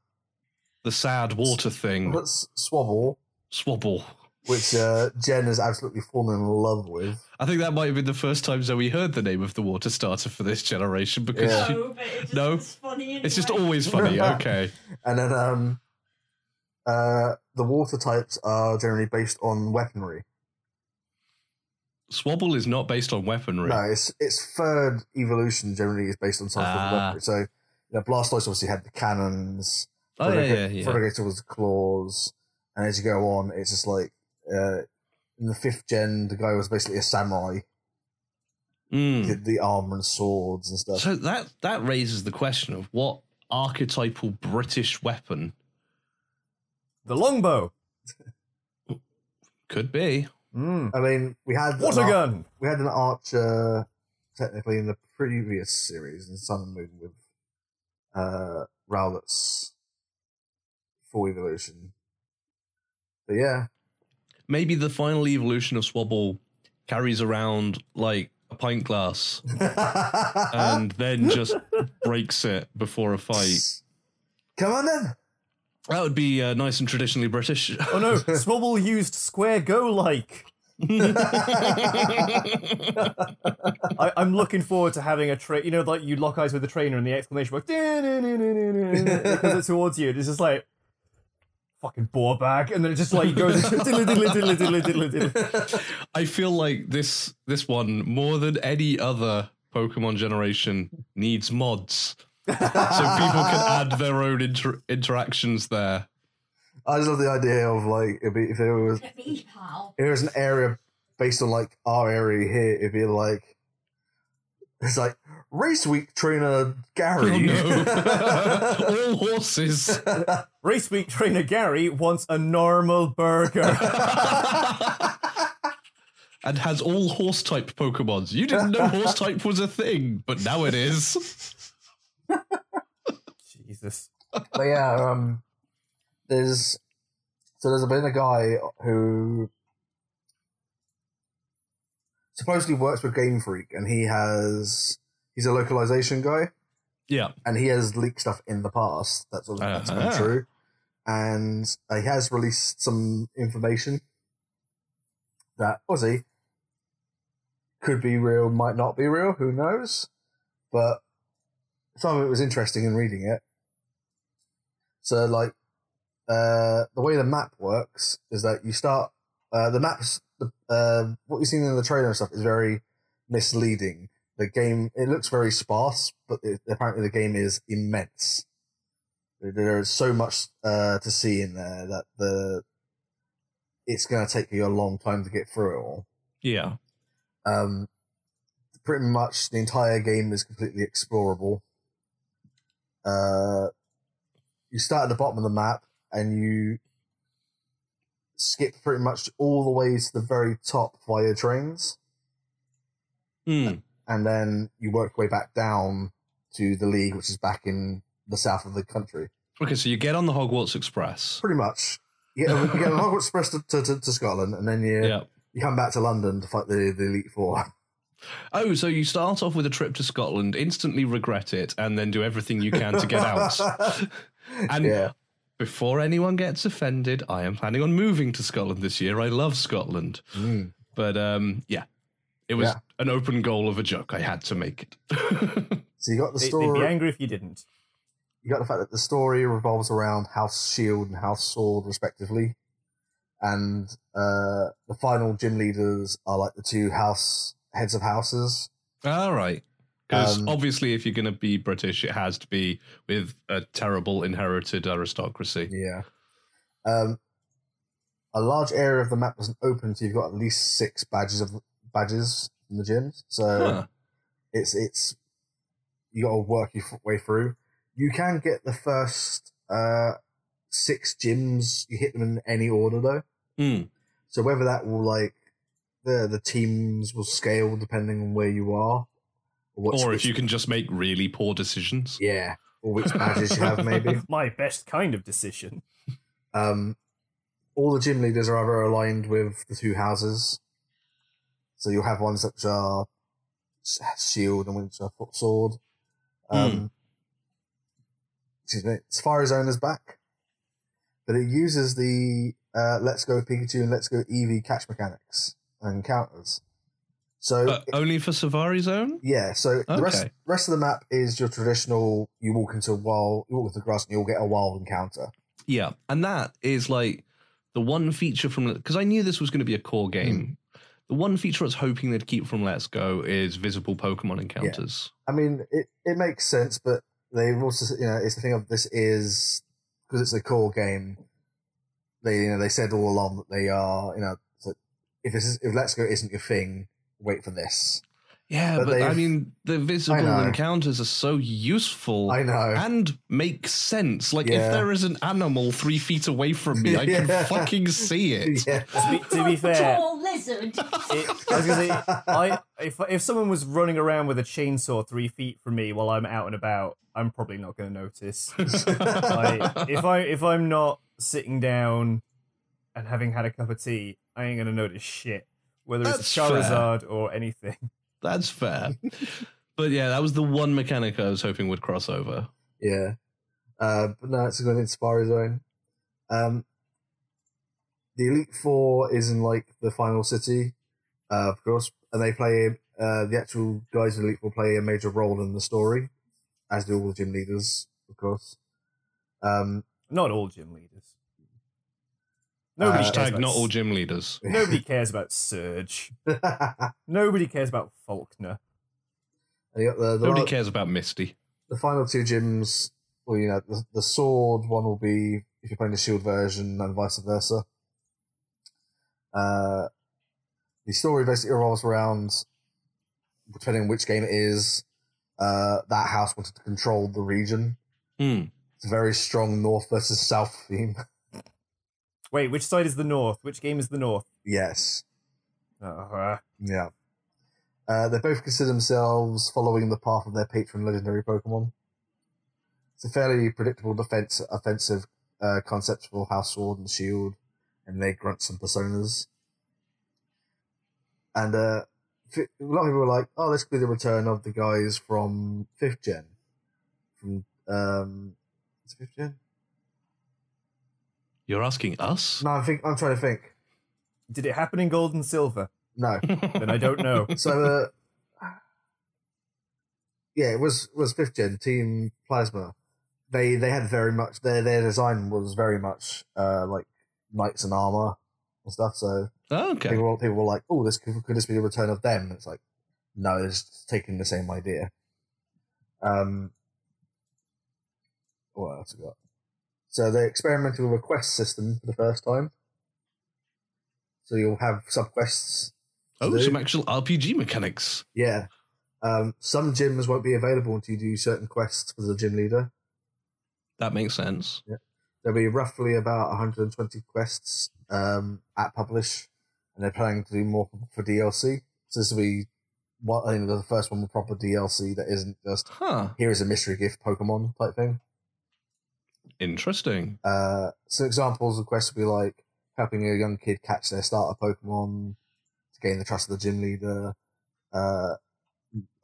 The sad water thing, that's swabble, swabble. which uh, Jen has absolutely fallen in love with. I think that might have been the first time Zoe heard the name of the water starter for this generation because Yeah. she- but it just, No. it's funny. Anyway. it's just always funny. Okay, And then um, uh, the water types are generally based on weaponry. swabble is not based on weaponry. No, it's its third evolution generally is based on some sort of Ah. weaponry. So, you know, Blastoise obviously had the cannons. oh yeah, yeah, Feraligatr- yeah. Feraligatr was the claws, and as you go on, it's just like uh, in the fifth gen, the guy was basically a samurai, Mm. did the armor and swords and stuff. So that that raises the question of what archetypal British weapon the longbow. could be. Mm. I mean, we had an Water ar- gun. we had an archer technically in the previous series in Sun and Moon with uh, Rowlett's full evolution, but yeah, Maybe the final evolution of Swabble carries around like a pint glass and then just breaks it before a fight. Come on then. That would be uh, nice and traditionally British. Oh no, Swabble used square go like. I- I'm looking forward to having a train. You know, like you lock eyes with the trainer and the exclamation mark "Da-na-na-na-na-na," because it's towards you. and It's just like fucking boar bag, and then it just like goes diddly, diddly, diddly, diddly, diddly, diddly. I feel like this this one more than any other Pokemon generation needs mods, so people can add their own inter- interactions there. I just love the idea of like it'd be, if there was if Me, pal. there was an area based on like our area here, it'd be like it's like race week trainer Oh, Gary. no. All horses. Race week trainer Gary wants a normal burger. and has all horse type Pokemons. You didn't know horse type was a thing, but now it is. Jesus. but yeah, um, there's so there's been a guy who supposedly works with Game Freak, and he has he's a localization guy. Yeah. and he has leaked stuff in the past that's all that's come Uh-huh. true and uh, he has released some information that Aussie could be real might not be real who knows but some of it was interesting in reading it so like uh, the way the map works is that you start uh, the maps the, uh, what you've seen in the trailer and stuff is very misleading the game it looks very sparse but it, apparently the game is immense There- there is so much uh, to see in there that the it's going to take you a long time to get through it all Yeah. um, pretty much the entire game is completely explorable uh, you start at the bottom of the map and you skip pretty much all the way to the very top via trains Hmm. and then you work your way back down to the league, which is back in the south of the country. Okay, so you get on the Hogwarts Express. Pretty much. You get, you get an Hogwarts Express to, to, to, to Scotland, and then you, Yeah. you come back to London to fight the, the Elite Four. Oh, so you start off with a trip to Scotland, instantly regret it, and then do everything you can to get out. And yeah. before anyone gets offended, I am planning on moving to Scotland this year. I love Scotland. Mm. But um, yeah, it was Yeah. an open goal of a joke. I had to make it. So you got the They, would story. be angry if you didn't. you got the fact that the story revolves around House Shield E and House Sword, respectively, and uh, the final gym leaders are like the two house heads of houses. All right. Because Um, obviously, if you're going to be British, it has to be with a terrible inherited aristocracy. Yeah. Um, a large area of the map wasn't open, so you've got at least six badges of badges in the gyms. So Huh. it's it's you got to work your f- way through. You can get the first uh, six gyms. You hit them in any order though. Hmm. So whether that will like the the teams will scale depending on where you are, or, what's- Or which- if you can just make really poor decisions. yeah, or which badges you have maybe. My best kind of decision. Um, all the gym leaders are either aligned with the two houses, so you'll have ones which are s- shield and which are foot sword. Hmm. Um, Excuse me, Safari Zone is back, but it uses the uh, Let's Go Pikachu and Let's Go Eevee catch mechanics and counters. So Uh, only for Savari Zone? yeah, so the rest Okay. rest of the map is your traditional. You walk into a wild, you walk into the grass, and you'll get a wild encounter. Yeah, and that is like the one feature from because I knew this was going to be a core Hmm. game. The one feature I was hoping they'd keep from Let's Go is visible Pokemon encounters. I mean, it, it makes sense, but they've also, you know, it's the thing of this is because it's a core game. They, you know, they said all along that they are, you know, so if this is, if Let's Go isn't your thing, wait for this. Yeah, But but, I they've- mean, the visible know. encounters are so useful I know. and make sense. Like, Yeah. if there is an animal three feet away from me, I can Yeah. fucking see it. Yeah. To be, to be fair, Tall lizard. it, I was gonna say, I, if, if someone was running around with a chainsaw three feet from me while I'm out and about, I'm probably not going to notice. I, if I if I'm not sitting down and having had a cup of tea, I ain't going to notice shit, whether That's it's fair. Charizard or anything. That's fair. but yeah, that was the one mechanic I was hoping would cross over. Yeah. Uh, but no, it's going in Safari Zone. Um, the Elite Four is in like the final city, uh, of course, and they play uh, the actual guys in Elite Four play a major role in the story, as do all the gym leaders, of course. Um, Not all gym leaders. Nobody Uh, cares Hashtag about not all S- gym leaders. Nobody cares about Surge. and Nobody cares about Faulkner. you got the, the, Nobody la- cares about Misty. the final two gyms, well, you know, the, the sword one will be if you're playing the shield version and vice versa. Uh, the story basically revolves around, depending on which game it is, uh, that house wanted to control the region. Hmm. It's a very strong north versus south theme. Wait, which side is the North? Which game is the North? yes. Uh, Yeah. Uh, they both consider themselves following the path of their patron legendary Pokemon. It's a fairly predictable defense offensive uh, concept for House Sword and Shield, and they grunt some personas. And uh, fi- a lot of people were like, "Oh, this could be the return of the guys from fifth gen, from um, is it fifth gen." You're asking us? No, I think I'm trying to think. did it happen in Gold and Silver? No, Then I don't know. so uh, yeah, it was was fifth gen team plasma. They they had very much their their design was very much uh like knights in armor and stuff. So okay. people were- people were like, oh, this could, could this be the return of them? It's like no, it's just taking the same idea. Um, what else we got? So they experimented with a quest system for the first time. So you'll have subquests Oh, They- some actual RPG mechanics. yeah. Um, some gyms won't be available until you do certain quests for the gym leader. That makes sense. There'll be roughly about 120 quests um, at publish, and they're planning to do more for DLC. So this will be what I think the first one with proper DLC that isn't just Huh. here is a mystery gift Pokemon type thing. Interesting. Uh, so examples of quests will be like helping a young kid catch their starter Pokemon to gain the trust of the gym leader. Uh,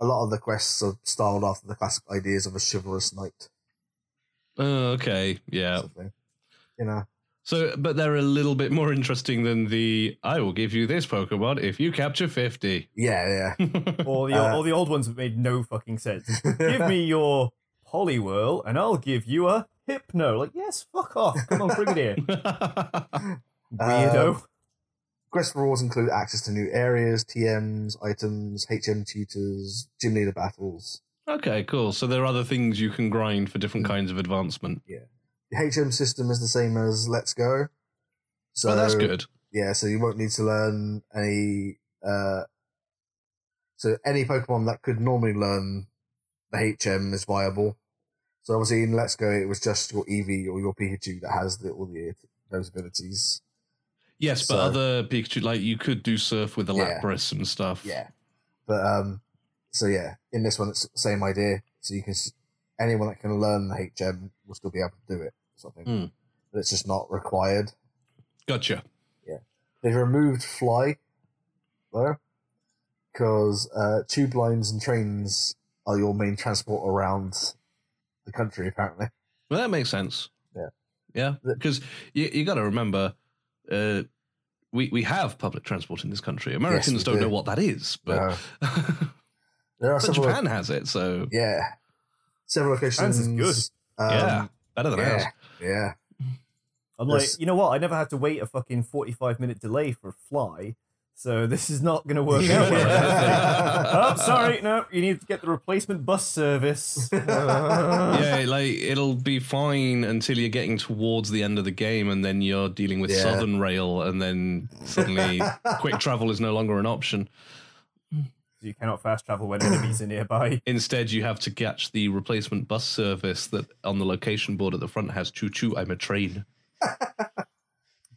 a lot of the quests are styled after the classic ideas of a chivalrous knight. Oh, okay. Yeah. sort of thing. You know, So, but they're a little bit more interesting than the I will give you this Pokemon if you capture 50. yeah, Or the Uh, or the old ones that made no fucking sense. yeah. Give me your Hollywhirl, and I'll give you a hypno. Like, yes, fuck off. Come on, bring it here, Uh, weirdo. Quest rewards include access to new areas, TMs, items, HM tutors, gym leader battles. okay, cool. So there are other things you can grind for different kinds of advancement. The HM system is the same as Let's Go. So oh, that's good. Yeah, so you won't need to learn any. Uh, so any Pokemon that could normally learn the HM is viable. So obviously in Let's Go, it was just your Eevee or your Pikachu that has the, all the those abilities. Yes, but So- other Pikachu, like you could do surf with a Yeah. Lapras and stuff. Yeah. But um, so yeah, in this one, it's the same idea. So you can s- anyone that can learn the HM will still be able to do it. Something, Hmm. but it's just not required. Gotcha. They've removed fly, though, because uh, tube lines and trains are your main transport around the country. Apparently, Well, that makes sense. Yeah. Yeah. The- Because you, you got to remember, uh, we, we have public transport in this country. Americans we don't do. know what that is, but, Uh, there are but several. Japan has it, so Yeah, several Japan's locations. is good. Um, yeah, better than ours. yeah, yeah. I'm like, This- you know what? I never had to wait a fucking 45 minute delay for a fly, so this is not going to work out. well, I don't think. oh, sorry, no, you need to get the replacement bus service. Uh, yeah, like it'll be fine until you're getting towards the end of the game, and then you're dealing with Yeah. Southern Rail, and then suddenly quick travel is no longer an option. You cannot fast travel when enemies are nearby. Instead, you have to catch the replacement bus service that on the location board at the front has "Choo choo, I'm a train."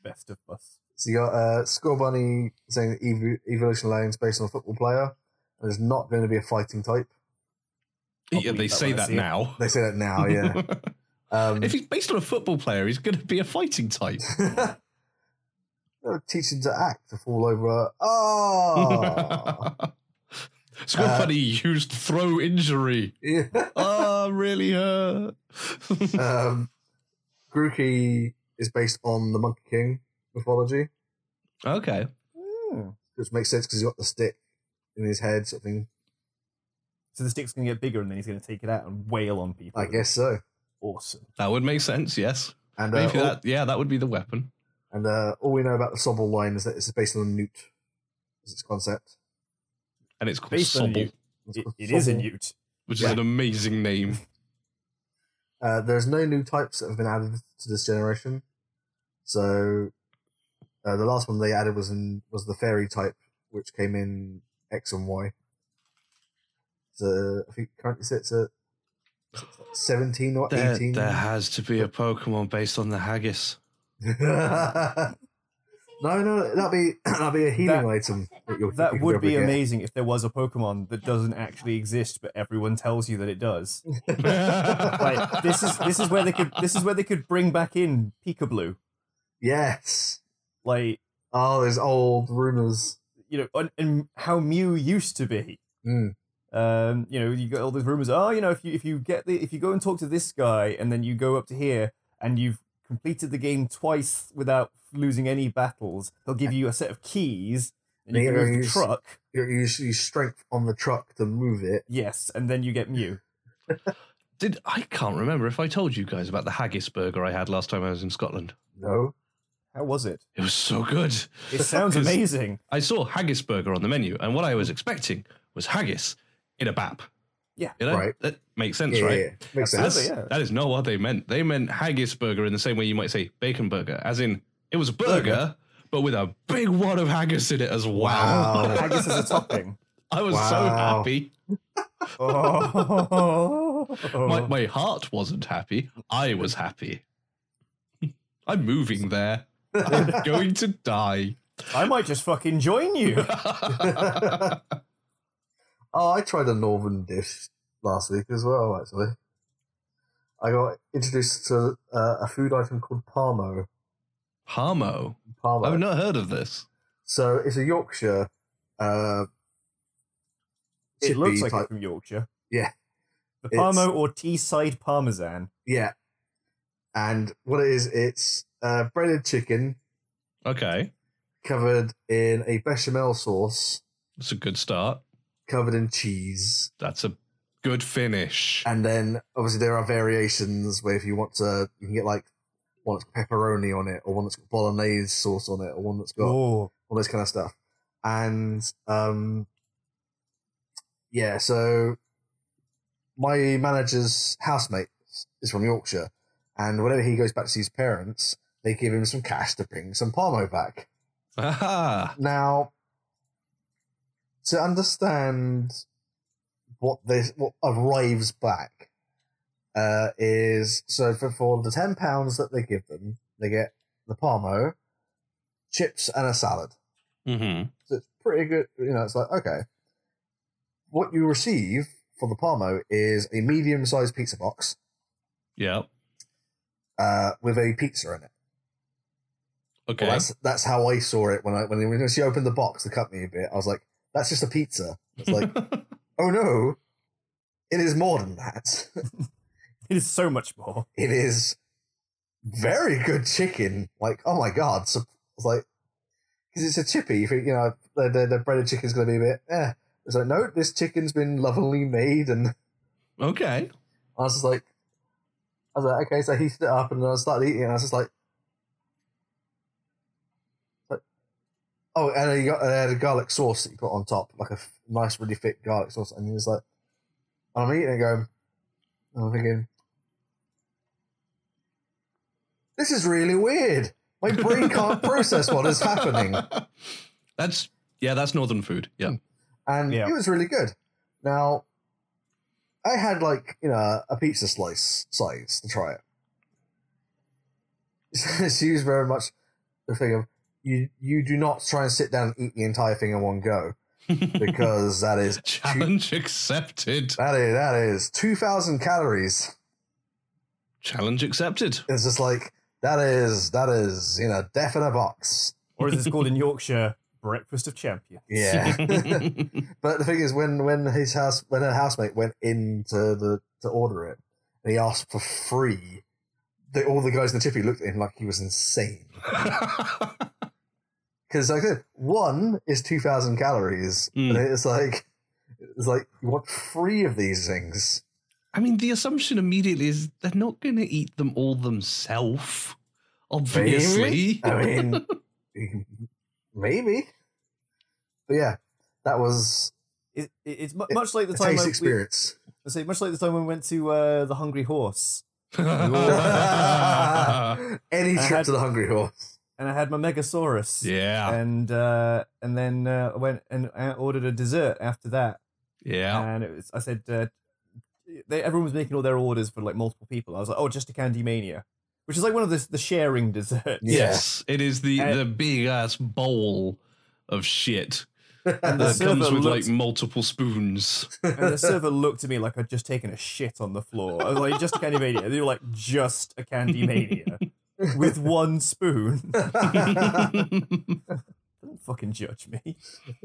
Best of bus. So you got uh, Score Bunny saying that Ev- Evolution Lane's based on a football player, and there's not going to be a fighting type. I'll yeah, they believe that say when I that see it. now. They say that now, Oh, yeah. Um, if he's based on a football player, he's going to be a fighting type. they'll teach him to act, to fall over. Oh, It's good Uh, funny he used throw injury. yeah. Ah, really hurt. Um, Grookey is based on the Monkey King mythology, okay. Hmm. which makes sense because he's got the stick in his head, sort of thing. So the stick's going to get bigger, and then he's going to take it out and wail on people. I guess so. Awesome. That would make sense, yes. And uh, Maybe all, that, yeah, that would be the weapon. and uh, all we know about the Sobble line is that it's based on a newt, is its concept. and it's called Based on Sobble, Ute. It, it is a Sobble. Ute. which Yeah. is an amazing name. Uh, there's no new types that have been added to this generation. So uh, the last one they added was in was the fairy type, which came in X and Y. So I think currently sits at seventeen or There, eighteen. there has to be a Pokemon based on the haggis. no, no, that'd be that'd be a healing That- item. That, you'll, That you'll would able to be get. amazing if there was a Pokemon that doesn't actually exist, but everyone tells you that it does. Like this is this is where they could this is where they could bring back in Peekaboo. Yes. Like Oh, there's old rumors. you know, and, and how Mew used to be. Mm. Um, you know, you got all these rumors. Oh, you know, if you if you get the if you go and talk to this guy, and then you go up to here, and you've completed the game twice without losing any battles, they'll give you a set of keys, and you Yeah, can move the he's- truck. You you use strength on the truck to move it. Yes, and then you get Mew. Did I can't remember if I told you guys about the haggis burger I had last time I was in Scotland. No. How was it? It was so good. It sounds 'Cause- amazing. I saw haggis burger on the menu, and what I was expecting was haggis in a bap. Yeah. you know Right. that makes sense, yeah, right? yeah, yeah. That's- Makes sense. That's, yeah. That is not what they meant. They meant haggis burger in the same way you might say bacon burger, as in it was a burger, Burger. but with a big wad of haggis in it as well. Wow. Haggis is a topping. I was so Wow. happy. Oh, Uh-huh. My, my heart wasn't happy. I was happy. I'm moving there. I'm going to die. I might just fucking join you. Oh, I tried a northern dish last week as well. Actually, I got introduced to uh, a food item called parmo. Harmo. Parmo. Oh, I've not heard of this. So it's a Yorkshire. Uh, It looks chickpea like it's type. from Yorkshire. Yeah. The It's- Parmo or Teesside Parmesan. yeah, and what it is, it's uh, breaded chicken Okay. covered in a bechamel sauce, That's a good start. covered in cheese. That's a Good finish. And then obviously there are variations where if you want to, you can get like one that's pepperoni on it, or one that's got bolognese sauce on it, or one that's got Oh, all this kind of stuff. And um, yeah, so my manager's housemate is from Yorkshire, and whenever he goes back to see his parents, they give him some cash to bring some Parmo back. Ah, Now, to understand what this what arrives back uh, is so for, for the ten pounds that they give them, they get the Parmo, chips, and a salad. hmm So it's pretty good. You know, it's like, okay. What you receive for the Palmo is a medium sized pizza box yeah. uh, with a pizza in it. Okay. Well, that's, that's how I saw it when I when, when she opened the box, the company bit. I was like, that's just a pizza. It's like, oh no, it is more than that. it is so much more. it is very good chicken. Like, oh my god, so, it's like because it's a chippy. You think you know the the, the breaded chicken's going to be a bit. Eh. It's like no, this chicken's been lovingly made, and okay. I was just like, I was like, okay, so I heated it up, and then I started eating, it, and I was just like. like, Oh, and then you got they had a garlic sauce that you put on top, like a f- nice, really thick garlic sauce, and you was like, and I'm eating it, going, and I'm thinking, this is really weird. My brain can't process what is happening. That's yeah. That's northern food. Yeah. and Yeah. it was really good. Now, I had like you know a pizza slice size to try it. she was very much the thing of you you do not try and sit down and eat the entire thing in one go Hmm. because that is two, Challenge accepted. that is that is two thousand calories. Challenge accepted. It's just like that is that is you know death in a box. Or as it's called in Yorkshire, breakfast of champions. Yeah. But the thing is, when when his house when her housemate went in to the to order it, and he asked for free, they, all the guys in the tippy looked at him like he was insane. Because like I said, one is two thousand calories, Mm. and it's like it's like you want three of these things. I mean, the assumption immediately is they're not going to eat them all themselves. Obviously. I mean, maybe, but yeah, that was It, it, it's mu- much like the a time taste I, we, experience. I say, much like the time when we went to uh, the Hungry Horse, yeah. Any I trip had- to the Hungry Horse, and I had my Megasaurus, and uh, and then uh, I went and I ordered a dessert after that, Yeah. and it was I said uh, they, everyone was making all their orders for like multiple people. I was like, oh, just a Candy Mania, which is like one of the the sharing desserts. Yeah. Yes. It is the, And- the big ass bowl of shit And the that comes server with looked- like multiple spoons. And the server looked at me like I'd just taken a shit on the floor. I was like, just a candy mania. And they were like, just a candy mania with one spoon. Don't fucking judge me.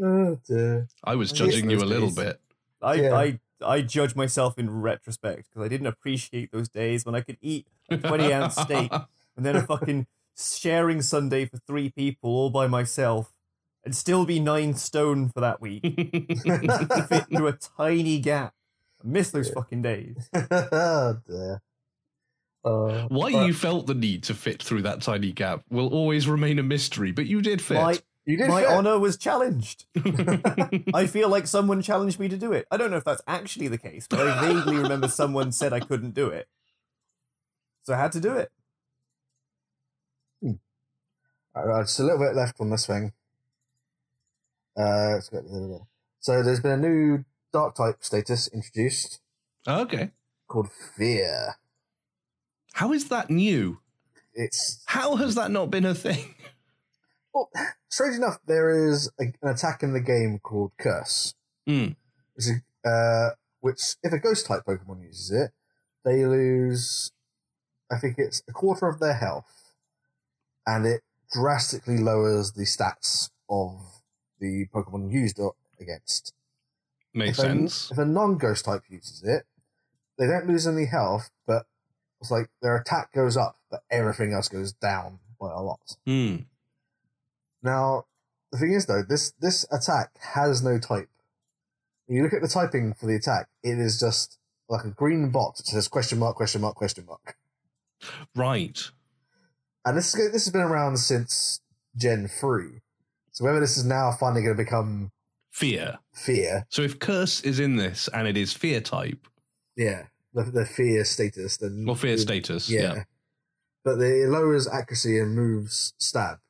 Oh, dear. I was Yes, judging you a those little days. bit. I, Yeah. I, I judge myself in retrospect because I didn't appreciate those days when I could eat 20 ounce steak and then a fucking sharing Sunday for three people all by myself and still be nine stone for that week to fit through a tiny gap. I miss those fucking days. oh, dear. Uh, Why but you felt the need to fit through that tiny gap will always remain a mystery, but you did fit. My you did my fit. honor was challenged. I feel like someone challenged me to do it. I don't know if that's actually the case, but I vaguely remember someone said I couldn't do it. So I had to do it. All right, just Uh, a little bit left on this thing. Uh, let's get rid of it. so there's been a new dark type status introduced okay. called Fear. How is that new? It's How has that not been a thing? strange enough there is a, an attack in the game called Curse, Hmm. which, is, uh, which if a ghost type Pokemon uses it, they lose. I think it's a quarter of their health, and it drastically lowers the stats of the Pokemon used o- against. Makes if a- sense. if A, non-ghost type uses it, they don't lose any health, but it's like their attack goes up, but everything else goes down by a lot. Hmm. Now, the thing is though, this this attack has no type. When you look at the typing for the attack, it is just like a green box that says question mark, question mark, question mark. Right. And this is go- this has been around since Gen three, so whether this is now finally going to become Fear. fear, So if curse is in this and it is fear type yeah, the, the fear status, then or Mm-hmm. fear the- status, Yeah. yeah. But the, it lowers accuracy and moves stab.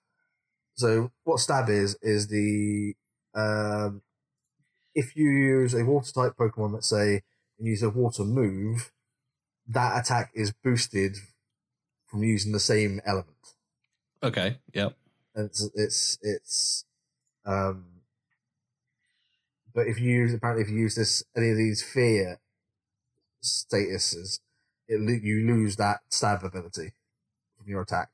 So what stab is is the um, if you use a water type Pokemon, let's say, and use a water move, that attack is boosted from using the same element. Okay. Yeah. And it's it's it's um but if you use apparently if you use this any of these fear statuses it lo- you lose that stab ability from your attack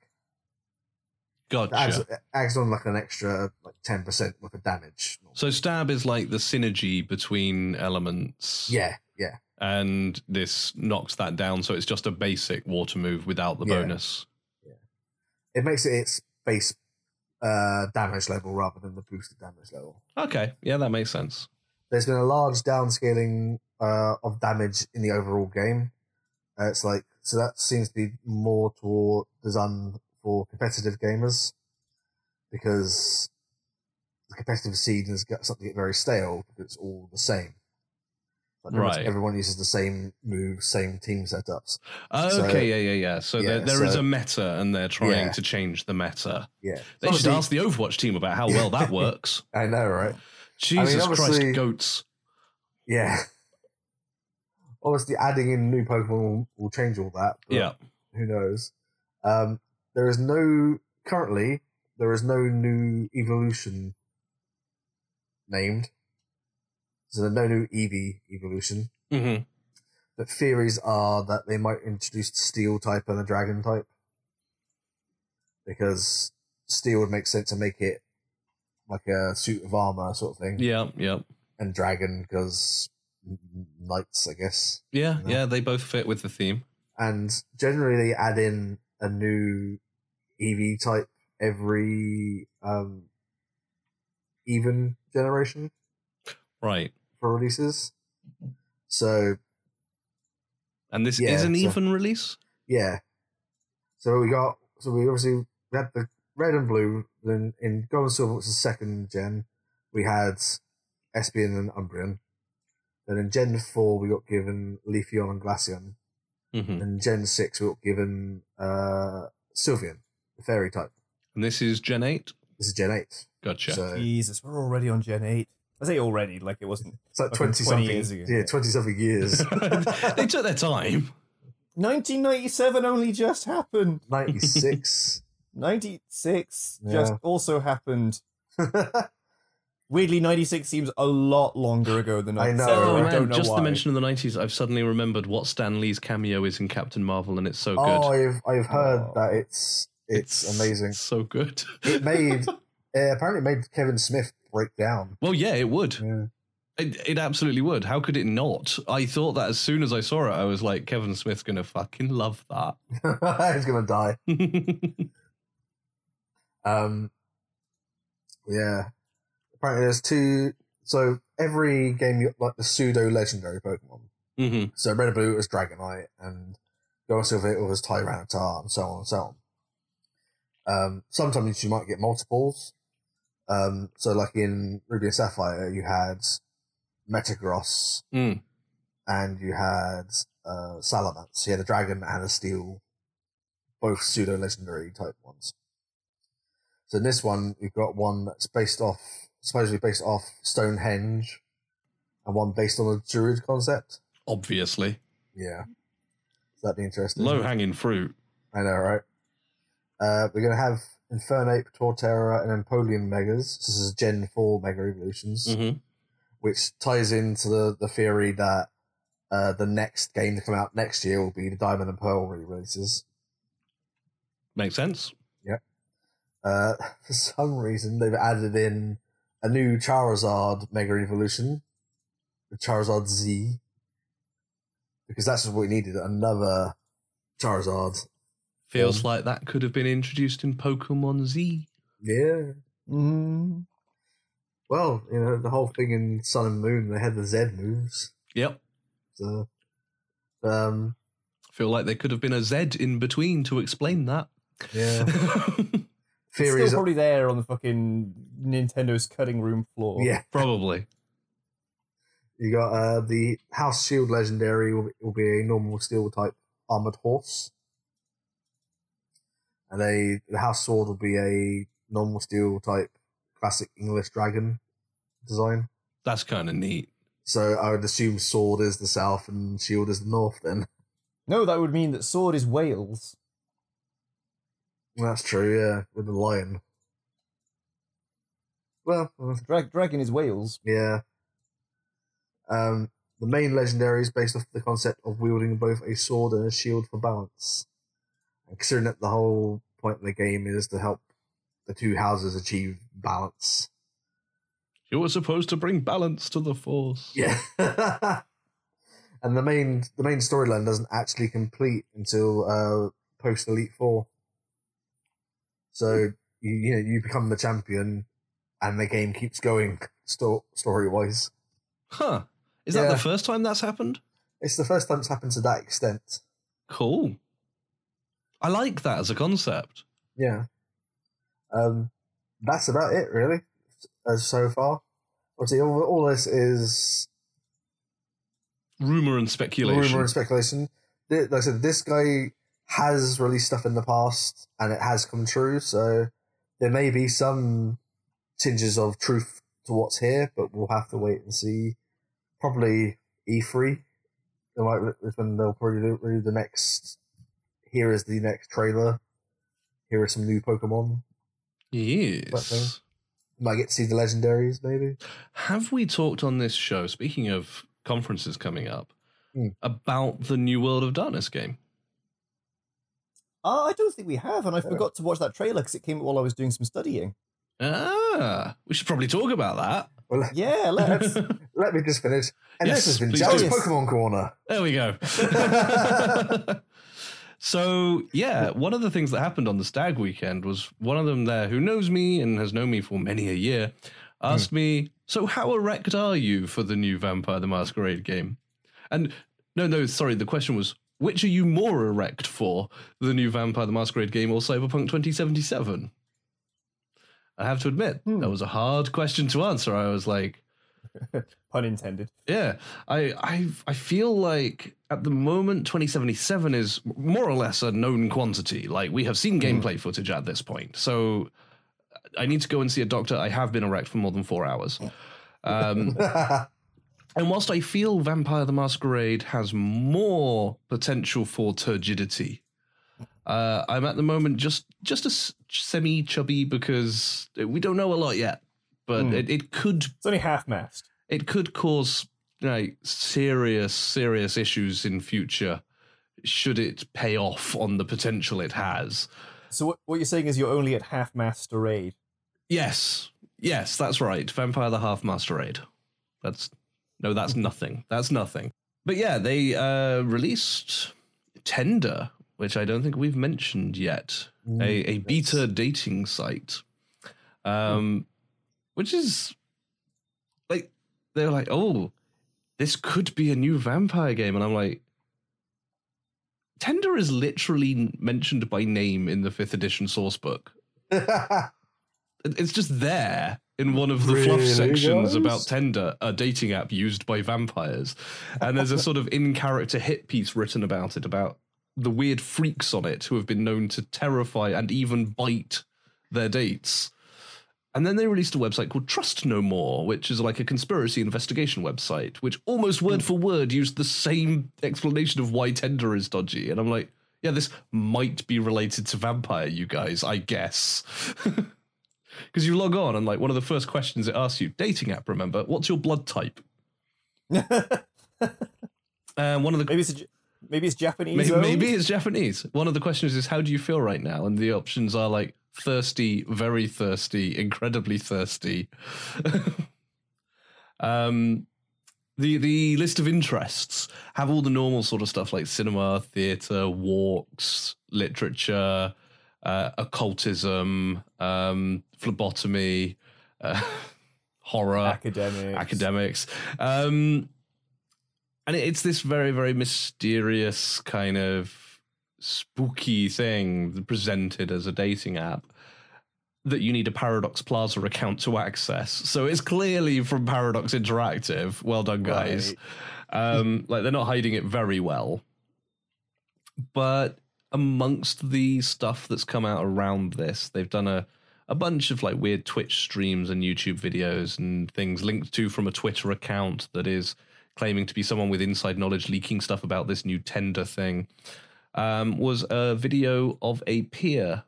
it adds, Gotcha. it adds on like an extra like 10% worth of damage So stab is like the synergy between elements. yeah yeah And this knocks that down. So it's just a basic water move without the Yeah. bonus. it makes it its base uh damage level rather than the boosted damage level Okay. Yeah, that makes sense. there's been a large downscaling uh, of damage in the overall game. Uh, it's like so that seems to be more toward designed for competitive gamers because the competitive scene has got something get very stale because it's all the same. Like pretty much Right. Everyone uses the same moves, same team setups. Okay. So- yeah, yeah, yeah. So there, Yeah, there is so- a meta and they're trying Yeah. to change the meta. Yeah, They should Obviously- ask the Overwatch team about how well that works. I know, right? mean, Jesus obviously- Christ, goats. Yeah. Obviously, adding in new Pokemon will, will change all that. but- Yeah. who knows? Um, there is no currently there is no new evolution named. So there's no new EV evolution. hmm But theories are that they might introduce the steel type and the dragon type. Because steel would make sense to make it like a suit of armor sort of thing. Yeah, yeah. And dragon because knights, I guess. Yeah, No. yeah, they both fit with the theme. and generally they add in a new EV type every um, even generation Right. for releases. So And this Yeah, is an so- even release? yeah, so we got so we obviously we had the red and blue. Then in gold and silver, which is second gen, we had Espion and Umbreon. Then in Gen four, we got given Leafeon and Glaceon. hmm And Gen six, we got given uh, Sylveon, the fairy type. And this is Gen 8? This is Gen 8. Gotcha. So Jesus, we're already on Gen 8. I say already, like it wasn't. it's like Fucking 20 20 something years ago. Yeah, 20 something years. they took their time. 1997 only just happened. 96. 96 Yeah. just also happened. Weirdly, 96 seems a lot longer ago than I know, 97. Oh, Oh, I right? don't man, know just why. the mention of the 90s, I've suddenly remembered what Stan Lee's cameo is in Captain Marvel, and it's so good. oh, I've, I've heard Oh. that it's it's, amazing. So good. It made, uh, apparently, it made Kevin Smith break down. Well, yeah, it would. Yeah. It, it absolutely would. How could it not? I thought that as soon as I saw it, I was like, Kevin Smith's going to fucking love that. Mm-hmm. He's going to die. Um, yeah. Apparently, there's two. So every game, you got like the pseudo legendary Pokemon. hmm So red and blue it was Dragonite, and gold and silver it was Tyranitar, and so on and so on. Um, sometimes you might get multiples. Um, so like in Ruby and Sapphire, you had Metagross, Mm. and you had uh, Salamence. So you had a dragon and a steel, both pseudo legendary type ones. So in this one, you've got one that's based off, supposedly based off Stonehenge, and one based on a druid concept. Obviously. Mm-hmm. Yeah. That'd be interesting. Low hanging fruit. I know, right? Uh, we're going to have Infernape, Torterra, and Empoleon Megas. This is Gen 4 Mega Evolutions, hmm which ties into the, the theory that uh, the next game to come out next year will be the Diamond and Pearl re releases. Makes sense. Uh, for some reason, they've added in a new Charizard Mega Evolution, the Charizard Z, because that's what we needed another Charizard. Feels Um, like that Mm-hmm. could have been introduced in Pokemon Z. Yeah. Mm, Well, you know, the whole thing in Sun and Moon, they had the Z moves. Yep. So, um, Feel like there could have been a Z in between to explain that. yeah. It's still Theories. probably there on the fucking Nintendo's cutting room floor. yeah. Probably. You got uh, the House Shield legendary will be, will be a normal steel type armored horse, and a the House Sword will be a normal steel type classic English dragon design. That's kind of neat. So I would assume Sword is the south and Shield is the north. Then No, that would mean that Sword is Wales. that's true. Yeah, with the lion. Well, uh, Drag- Dragon is Wales. yeah. Um, the main legendary is based off the concept of wielding both a sword and a shield for balance. And considering that the whole point of the game is to help the two houses achieve balance. You were supposed to bring balance to the force. Yeah. and the main the main storyline doesn't actually complete until uh, post Elite Four. So you you know you become the champion, and the game keeps going sto- story wise. Huh. Is that Yeah. the first time that's happened? It's the first time it's happened to that extent. Cool. I like that as a concept. Yeah. Um, that's about it, really, as so far. Obviously, all, all this is Rumor and speculation. rumor and speculation. Th- Like I said, this guy has released stuff in the past, and it has come true. So there may be some tinges of truth to what's here, but we'll have to wait and see. Probably E three. They might is when they'll probably do do the next. Here is the next trailer. Here are some new Pokemon. thing. yes. Might get to see the legendaries, maybe. Have we talked on this show, speaking of conferences coming up, Hmm. about the New World of Darkness game? Ah, I don't think we have, and I forgot to watch that trailer because it came while I was doing some studying. Ah, we should probably talk about that. Well, Yeah, let's. let me just finish. And Yes, this has been please Joe's do. Pokemon Corner. There we go. so, yeah, one of the things that happened on the stag weekend was one of them there who knows me and has known me for many a year asked me, So, how erect are you for the new Vampire the Masquerade game? And no, no, sorry, the question was, which are you more erect for, the new Vampire the Masquerade game or Cyberpunk 2077? I have to admit, Hmm. that was a hard question to answer. I was like, pun intended. yeah, I I I feel like at the moment 2077 is more or less a known quantity. Like we have seen gameplay footage at this point. So uh, I need to go and see a doctor. I have been erect for more than 4 hours. Um, and whilst I feel Vampire the Masquerade has more potential for turgidity, uh, I'm at the moment just just a semi chubby because we don't know a lot yet. But Hmm. it, it could It's only half mast. it could cause like serious serious issues in future should it pay off on the potential it has So what, what you're saying is you're only at half mast arrayed. yes yes that's right vampire the half masquerade that's no that's nothing that's nothing but yeah they uh released tender which i don't think we've mentioned yet a, a beta dating site, um, which is like they're like, oh, this could be a new vampire game, and I'm like, Tender is literally mentioned by name in the fifth edition source book. It- It's just there in one of the fluff Really, sections guys? about Tender, a dating app used by vampires, and there's a sort of in-character hit piece written about it about the weird freaks on it who have been known to terrify and even bite their dates. And then they released a website called Trust No More, which is like a conspiracy investigation website, which almost word for word used the same explanation of why Tender is dodgy. And I'm like, yeah, this might be related to Vampire, you guys, I guess. Because you log on and like one of the first questions it asks you, dating app, remember, what's your blood type? maybe And one of the it's a, J- maybe it's Japanese. Maybe, owned? maybe it's Japanese. One of the questions is, how do you feel right now? And the options are like thirsty, very thirsty, incredibly thirsty. um, the the list of interests have all the normal sort of stuff like cinema, theater, walks, literature, uh, occultism, um, phlebotomy. Uh, horror, academics. academics. Um, and it- it's this very, very mysterious kind of spooky thing presented as a dating app that you need a Paradox Plaza account to access. So it's clearly from Paradox Interactive. Well done, guys. Um, like they're not hiding it very well. But amongst the stuff that's come out around this, they've done a a bunch of like weird Twitch streams and YouTube videos and things linked to from a Twitter account that is claiming to be someone with inside knowledge leaking stuff about this new tender thing. Um, was a video of a pier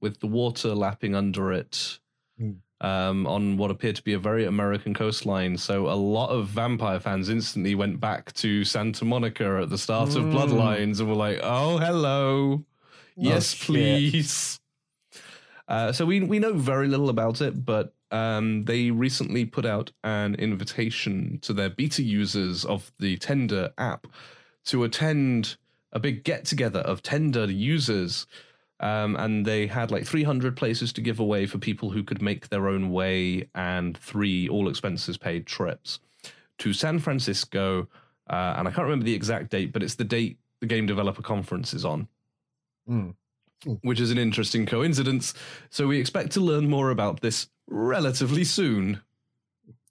with the water lapping under it Hmm. um, on what appeared to be a very American coastline. So a lot of vampire fans instantly went back to Santa Monica at the start of Hmm. Bloodlines and were like, oh, hello. Yes, Oh, shit. please. Uh, so we we know very little about it, but um, they recently put out an invitation to their beta users of the Tender app to attend a big get together of Tender users, um, and they had like 300 places to give away for people who could make their own way, and three all expenses paid trips to San Francisco, uh, and I can't remember the exact date, but it's the date the game developer conference is on Mm. which is an interesting coincidence. So we expect to learn more about this relatively soon.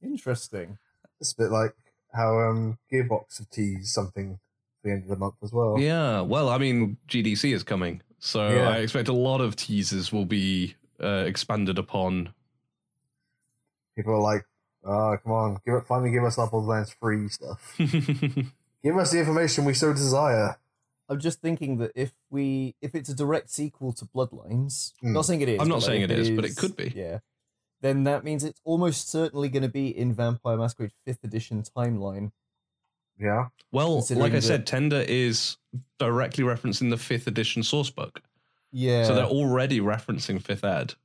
Interesting. It's a bit like how um, Gearbox have teased something at the end of the month as well. Yeah, well, I mean, GDC is coming, so Yeah. I expect a lot of teasers will be uh, expanded upon. People are like, oh, come on, give it, finally give us Uplands free stuff. yeah, give us the information we so desire. I'm just thinking that if we, if it's a direct sequel to Bloodlines, Mm. not saying it is. I'm not but like saying if it is, but it could be. Yeah. Then that means it's almost certainly going to be in Vampire Masquerade Fifth Edition timeline. Yeah. well, like Considering I that- said, Tender is directly referencing the fifth edition source book, Yeah. so they're already referencing fifth ed.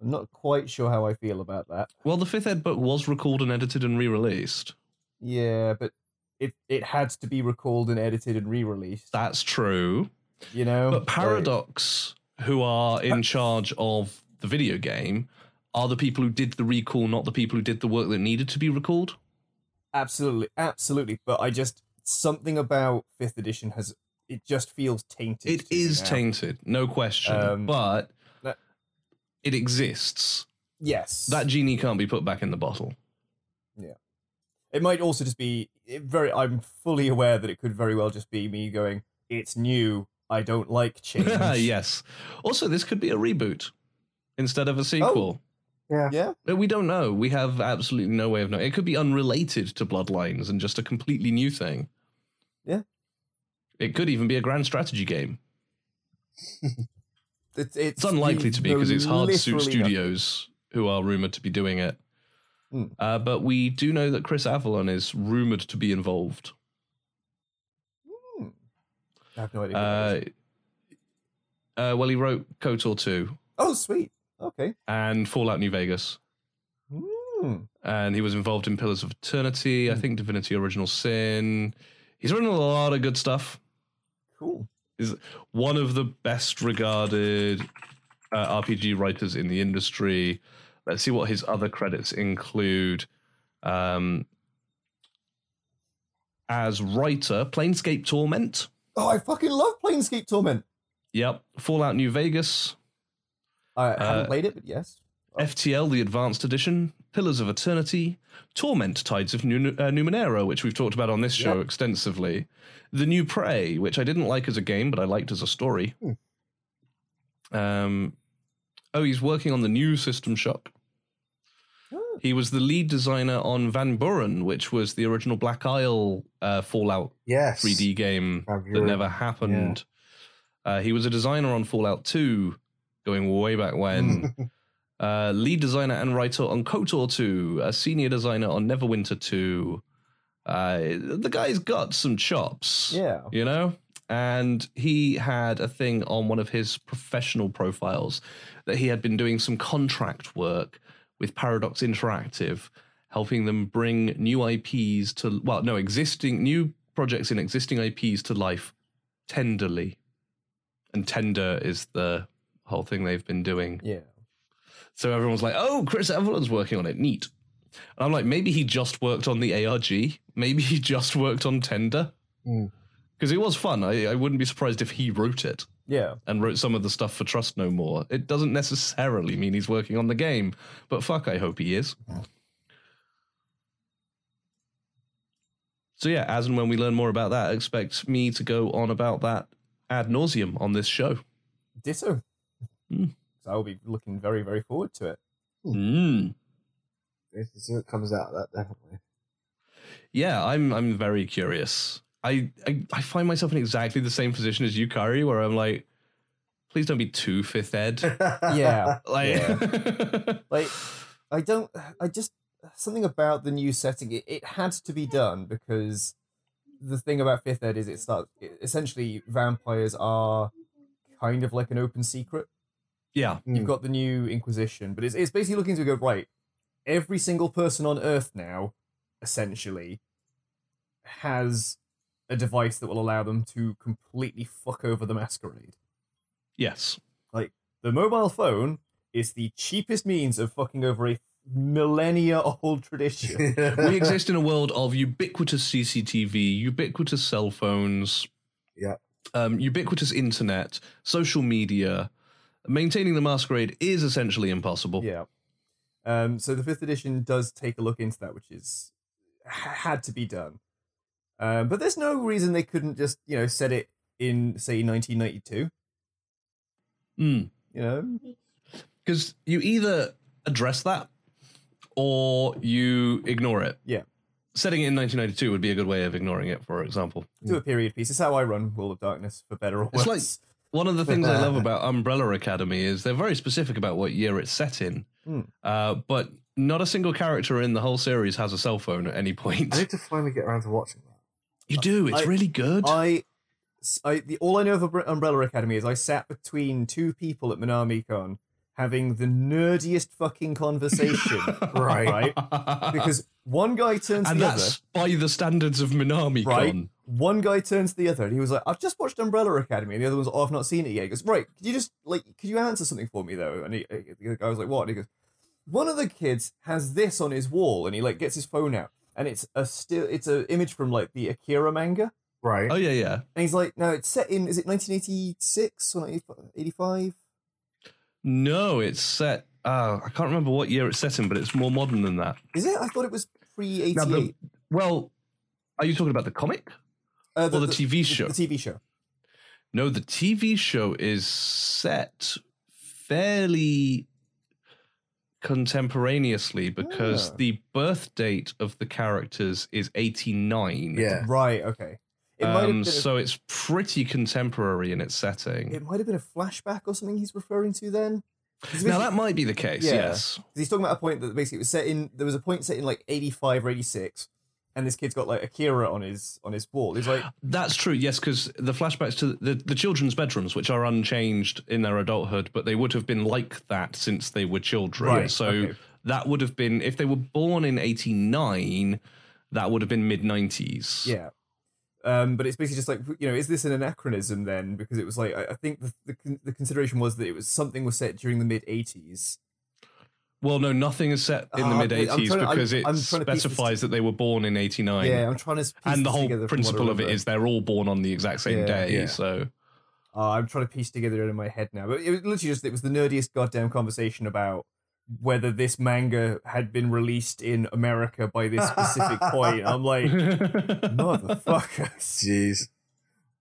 I'm not quite sure how I feel about that. Well, the fifth ed book was recalled and edited and re-released. Yeah, but it it had to be recalled and edited and re-released. That's true. You know. But Paradox, who are in charge of the video game, are the people who did the recall, not the people who did the work that needed to be recalled. Like, absolutely, absolutely. But I just something about Fifth Edition has it just feels tainted. It to me is now. tainted, no question, Um, but that- it exists. Yes. That genie can't be put back in the bottle. It might also just be it very. I'm fully aware that it could very well just be me going. It's new. I don't like change. yes. Also, this could be a reboot instead of a sequel. Yeah. Oh. Yeah. But We don't know. We have absolutely no way of knowing. It could be unrelated to Bloodlines and just a completely new thing. Yeah. It could even be a grand strategy game. It's, it's, It's unlikely to be no, because it's hard suit literally nothing. studios who are rumored to be doing it. Hmm. Uh, but we do know that Chris Avalon is rumored to be involved. Hmm. I have no idea. what that is. Uh, uh, well, he wrote KOTOR 2 oh, sweet. Okay. and Fallout New Vegas. Hmm. And he was involved in Pillars of Eternity, I Hmm. think Divinity Original Sin. He's written a lot of good stuff. Cool. one of the best regarded uh, RPG writers in the industry. Let's see what his other credits include. Um, as writer, Planescape Torment. Oh, I fucking love Planescape Torment. Yep. Fallout New Vegas. I Uh, haven't played it, but yes. Oh. FTL, the Advanced Edition. Pillars of Eternity. Torment, Tides of Nu- uh, Numenera, which we've talked about on this show Yep. extensively. The New Prey, which I didn't like as a game, but I liked as a story. Um, oh, he's working on the new System Shock. Oh, He was the lead designer on Van Buren, which was the original Black Isle uh, Fallout Yes. 3D game Van that Buren, never happened. Uh, he was a designer on Fallout 2, going way back when. uh, lead designer and writer on KOTOR 2, a senior designer on Neverwinter 2. Uh, the guy's got some chops Yeah. you know? And he had a thing on one of his professional profiles that he had been doing some contract work with Paradox Interactive, helping them bring new IPs to, well, no, existing, new projects in existing IPs to life tenderly. And tender is the whole thing they've been doing. Yeah. So everyone's like, oh, Chris Evelyn's working on it. Neat. And I'm like, maybe he just worked on the ARG. Maybe he just worked on Tender. Hmm. Because it was fun. I, I wouldn't be surprised if he wrote it Yeah. and wrote some of the stuff for Trust No More. It doesn't necessarily mean he's working on the game, but fuck, I hope he is. So yeah, as and when we learn more about that, expect me to go on about that ad nauseum on this show. Ditto. Hmm. So I'll be looking very, very forward to it. Mm. Let's see what comes out of that, definitely. Yeah, I'm I'm very curious. I, I I find myself in exactly the same position as Yukari, where I'm like, please don't be too fifth ed. Yeah. Like, Like, I don't. I just something about the new setting. It, it had to be done because the thing about Fifth Ed is it starts essentially vampires are kind of like an open secret. yeah, You've got the new Inquisition, but it's it's basically looking to go right. Every single person on Earth now, essentially, has a device that will allow them to completely fuck over the masquerade. yes, The mobile phone is the cheapest means of fucking over a millennia-old tradition. we exist in a world of ubiquitous CCTV, ubiquitous cell phones, Yeah. um, ubiquitous internet, social media. Maintaining the masquerade is essentially impossible. Yeah. Um, so the fifth edition does take a look into that, which is h- had to be done. Um, but there's no reason they couldn't just you know set it in say 1992. Hmm. You know, Because you either address that or you ignore it. Yeah. Setting it in 1992 would be a good way of ignoring it, for example. do a period piece. It's how I run World of Darkness for better or It's worse. like- One of the things I love about Umbrella Academy is they're very specific about what year it's set in, Hmm. uh, but not a single character in the whole series has a cell phone at any point. I need to finally get around to watching that. You do. It's I- really good. I, s- I- the, all I know of Umbre- Umbrella Academy is I sat between two people at MinamiCon having the nerdiest fucking conversation, Right. right? Because one guy turns to and the other. that's by the standards of Minami Right. Con. one guy turns to the other and he was like, I've just watched Umbrella Academy. And the other one's, Oh, I've not seen it yet. He goes, Right, could you just, like, could you answer something for me, though? And he, the guy was like, What? And he goes, One of the kids has this on his wall. And he, like, gets his phone out. And it's a still, it's an image from, like, the Akira manga. Right. Oh yeah, yeah. And he's like, No, it's set in, is it 1986 or 85? No, it's set. Uh, I can't remember what year it's set in, but it's more modern than that. Is it? I thought it was pre Now, 88. the- well, are you talking about the comic uh, or the, TV show? The TV show. no, the TV show is set fairly contemporaneously because Ah. the birth date of the characters is 89 Yeah. Right, okay. It might have um, been a- so it's pretty contemporary in its setting it might have been a flashback or something he's referring to then. 'Cause Now basically- that might be the case. Yeah. Yes. 'Cause he's talking about a point that basically was set in. There was a point set in like eighty-five or eighty-six, and this kid's got like Akira on his on his wall. He's like, That's true. Yes, because the flashbacks to the, the children's bedrooms, which are unchanged in their adulthood, but they would have been like that since they were children. Right, So okay. that would have been if they were born in '89, that would have been mid '90s. yeah. Um, but it's basically just like you know, is this an anachronism then? Because it was like I, I think the, the con- the consideration was that it was something was set during the mid eighties. Well, no, nothing is set in the Ah, mid I'm '80s trying to- I'm- because I'm it trying to piece this specifies that they were born in '89. Yeah, I'm trying to. piece And the this together whole from what I principle of it remember. is they're all born on the exact same Yeah. day. Yeah. So Uh, I'm trying to piece together in my head now. But it was literally just it was the nerdiest goddamn conversation about whether this manga had been released in America by this specific point. I'm like, Oh, motherfuckers. Jeez.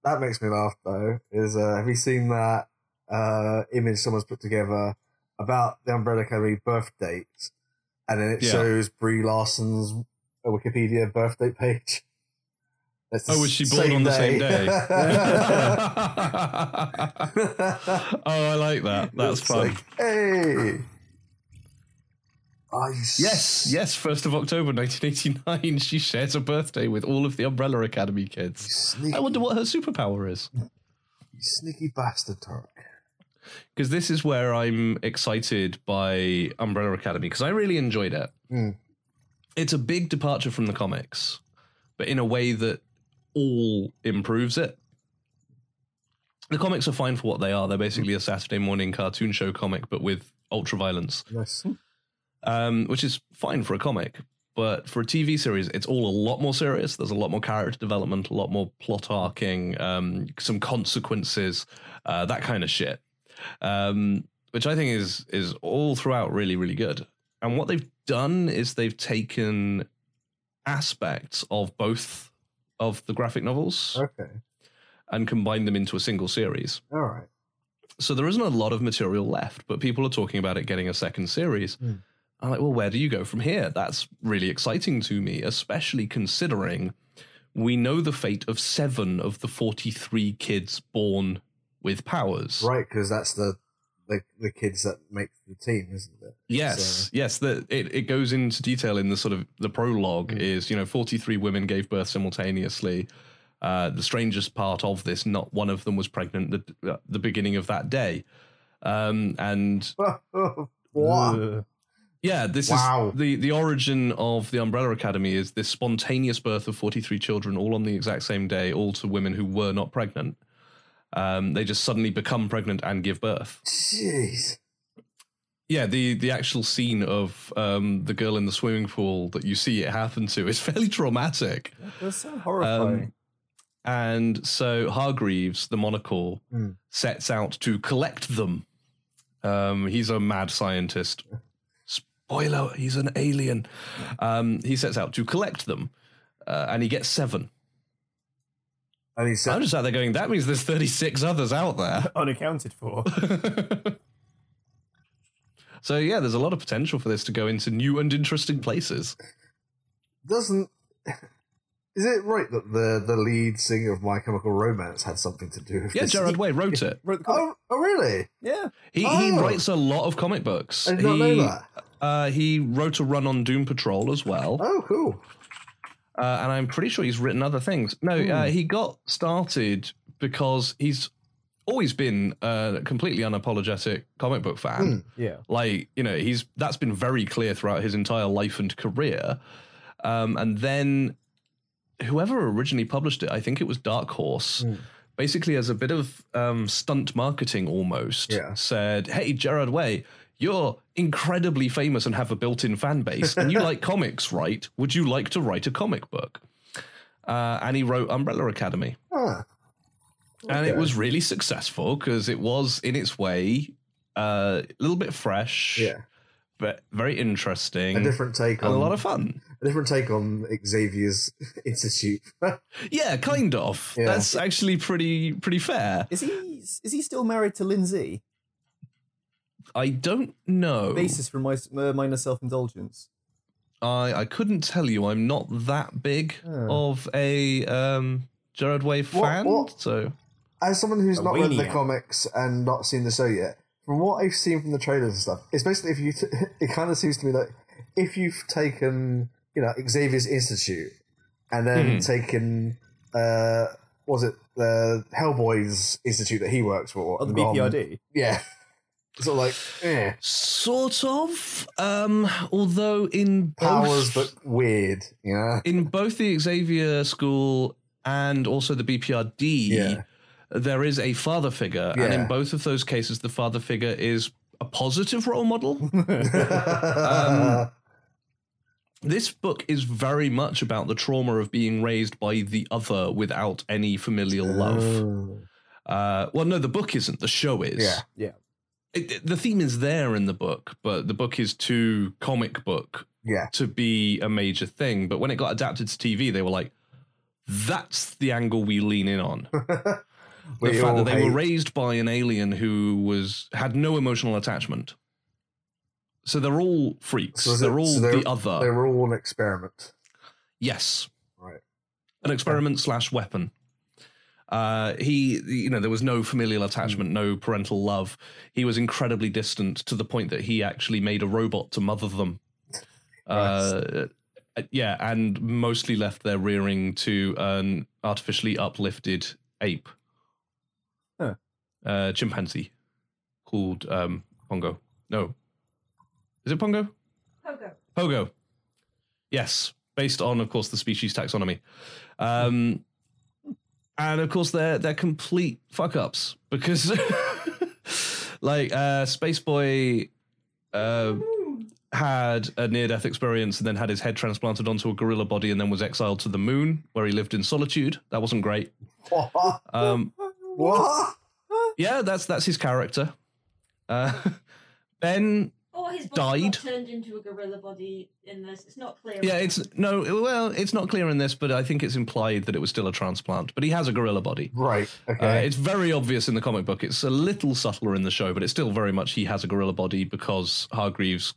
That makes me laugh though. Is uh, have you seen that uh, image someone's put together about the Umbrella Academy birth dates, and then it Yeah. shows Brie Larson's Wikipedia birth date page. That's the Oh, was she born on the same day? oh, I like that. That's It's fun. like, hey. Are you s- Yes, yes, 1st of October 1989, she shares a birthday with all of the Umbrella Academy you kids. Sneaky, I wonder what her superpower is. you sneaky bastard, Turk. Because this is where I'm excited by Umbrella Academy, because I really enjoyed it. Hmm. It's a big departure from the comics, but in a way that all improves it. The comics are fine for what they are. They're basically a Saturday morning cartoon show comic, but with ultra violence. Yes. um, which is fine for a comic. But for a TV series, it's all a lot more serious. There's a lot more character development, a lot more plot arcing, um, some consequences, uh, that kind of shit. Um, which I think is is all throughout really, really good. And what they've done is they've taken aspects of both of the graphic novels Okay. and combined them into a single series. All right. So there isn't a lot of material left, but people are talking about it getting a second series. Hmm. I'm like, well, where do you go from here? That's really exciting to me, especially considering we know the fate of seven of the 43 kids born with powers. Right, because that's the, the the kids that make the team, isn't it? Yes, So- yes. The, it, it goes into detail in the sort of the prologue Hmm. is, you know, 43 women gave birth simultaneously. Uh, the strangest part of this, not one of them was pregnant the, the beginning of that day. Um, and Wow. Ugh. Yeah, this Wow. is the the origin of the Umbrella Academy is this spontaneous birth of 43 children all on the exact same day, all to women who were not pregnant. Um, they just suddenly become pregnant and give birth. Jeez. Yeah, the the actual scene of um, the girl in the swimming pool that you see it happen to is fairly traumatic. That was so horrifying. And so Hargreaves, the monocle, Hmm. sets out to collect them. Um, he's a mad scientist. Spoiler, he's an alien. Um, he sets out to collect them. Uh, and he gets seven. And he said, I'm just out there going, that means there's 36 others out there. Unaccounted for. so, yeah, there's a lot of potential for this to go into new and interesting places. doesn't. Is it right that the, the lead singer of My Chemical Romance had something to do with Yeah, this? Gerard Way wrote it. Wrote the comic. Oh, oh, really? Yeah. He, he Oh. writes a lot of comic books. I did not He- know that. Uh, he wrote a run on Doom Patrol as well. Oh, cool. uh, and I'm pretty sure he's written other things. No, uh, he got started because he's always been a completely unapologetic comic book fan. Yeah. Like you know, he's that's been very clear throughout his entire life and career. Um, and then whoever originally published it, I think it was Dark Horse. Hmm. Basically, as a bit of um, stunt marketing, almost Yeah. said, "Hey, Gerard Way, you're incredibly famous and have a built-in fan base, and you like comics, right? Would you like to write a comic book?" Uh, and he wrote Umbrella Academy, Ah, and it Okay. was really successful because it was, in its way, uh, a little bit fresh, yeah. but very interesting, A different take on and Mm. a lot of fun. a different take on Xavier's Institute. Yeah, kind of. Yeah. That's actually pretty pretty fair. Is he is he still married to Lindsay? I don't know. Basis for my, uh, minor self indulgence. I I couldn't tell you. I'm not that big Oh. of a um, Gerard Way What- fan. what? So As someone who's A not read the weenie. comics and not seen the show yet, from what I've seen from the trailers and stuff, it's basically if you. T- it kind of seems to me like if you've taken you know Xavier's Institute and Hmm. then taken uh, what was it the Hellboy's Institute that he works for? Oh, the and gone- BPRD. Yeah. Sort of like eh, sort of. Um, although in both, powers, Oh. but weird. You know. in both the Xavier School and also the BPRD, Yeah. there is a father figure, and Yeah. in both of those cases, the father figure is a positive role model. Um, This book is very much about the trauma of being raised by the other without any familial love. Oh. Uh, well, no, the book isn't. The show is. Yeah. Yeah. It- it- the theme is there in the book, but the book is too comic book Yeah. to be a major thing. But when it got adapted to TV, they were like, that's the angle we lean in on. The We fact all that they were hate- raised by an alien who was had no emotional attachment. So they're all freaks. So is they're it- all so they're- the other. They were all an experiment. Yes. Right. An experiment slash weapon. Uh, he, you know, there was no familial attachment, no parental love. He was incredibly distant to the point that he actually made a robot to mother them. Uh, yeah, and mostly left their rearing to an artificially uplifted ape, Huh. uh, chimpanzee called um, Pongo. No, is it Pongo? Pogo. Pogo. Yes, based on, of course, the species taxonomy. Um, and of course, they're they're complete fuck ups because, like, uh, Spaceboy, uh, had a near death experience and then had his head transplanted onto a gorilla body and then was exiled to the moon where he lived in solitude. That wasn't great. What? Um, What? yeah, that's that's his character. Uh, ben, Or his body got Died. turned into a gorilla body in this. It's not clear. yeah, it's no, well, it's not clear in this, but I think it's implied that it was still a transplant. But he has a gorilla body. Right. Uh, Okay. it's very obvious in the comic book. It's a little subtler in the show, but it's still very much he has a gorilla body because Hargreaves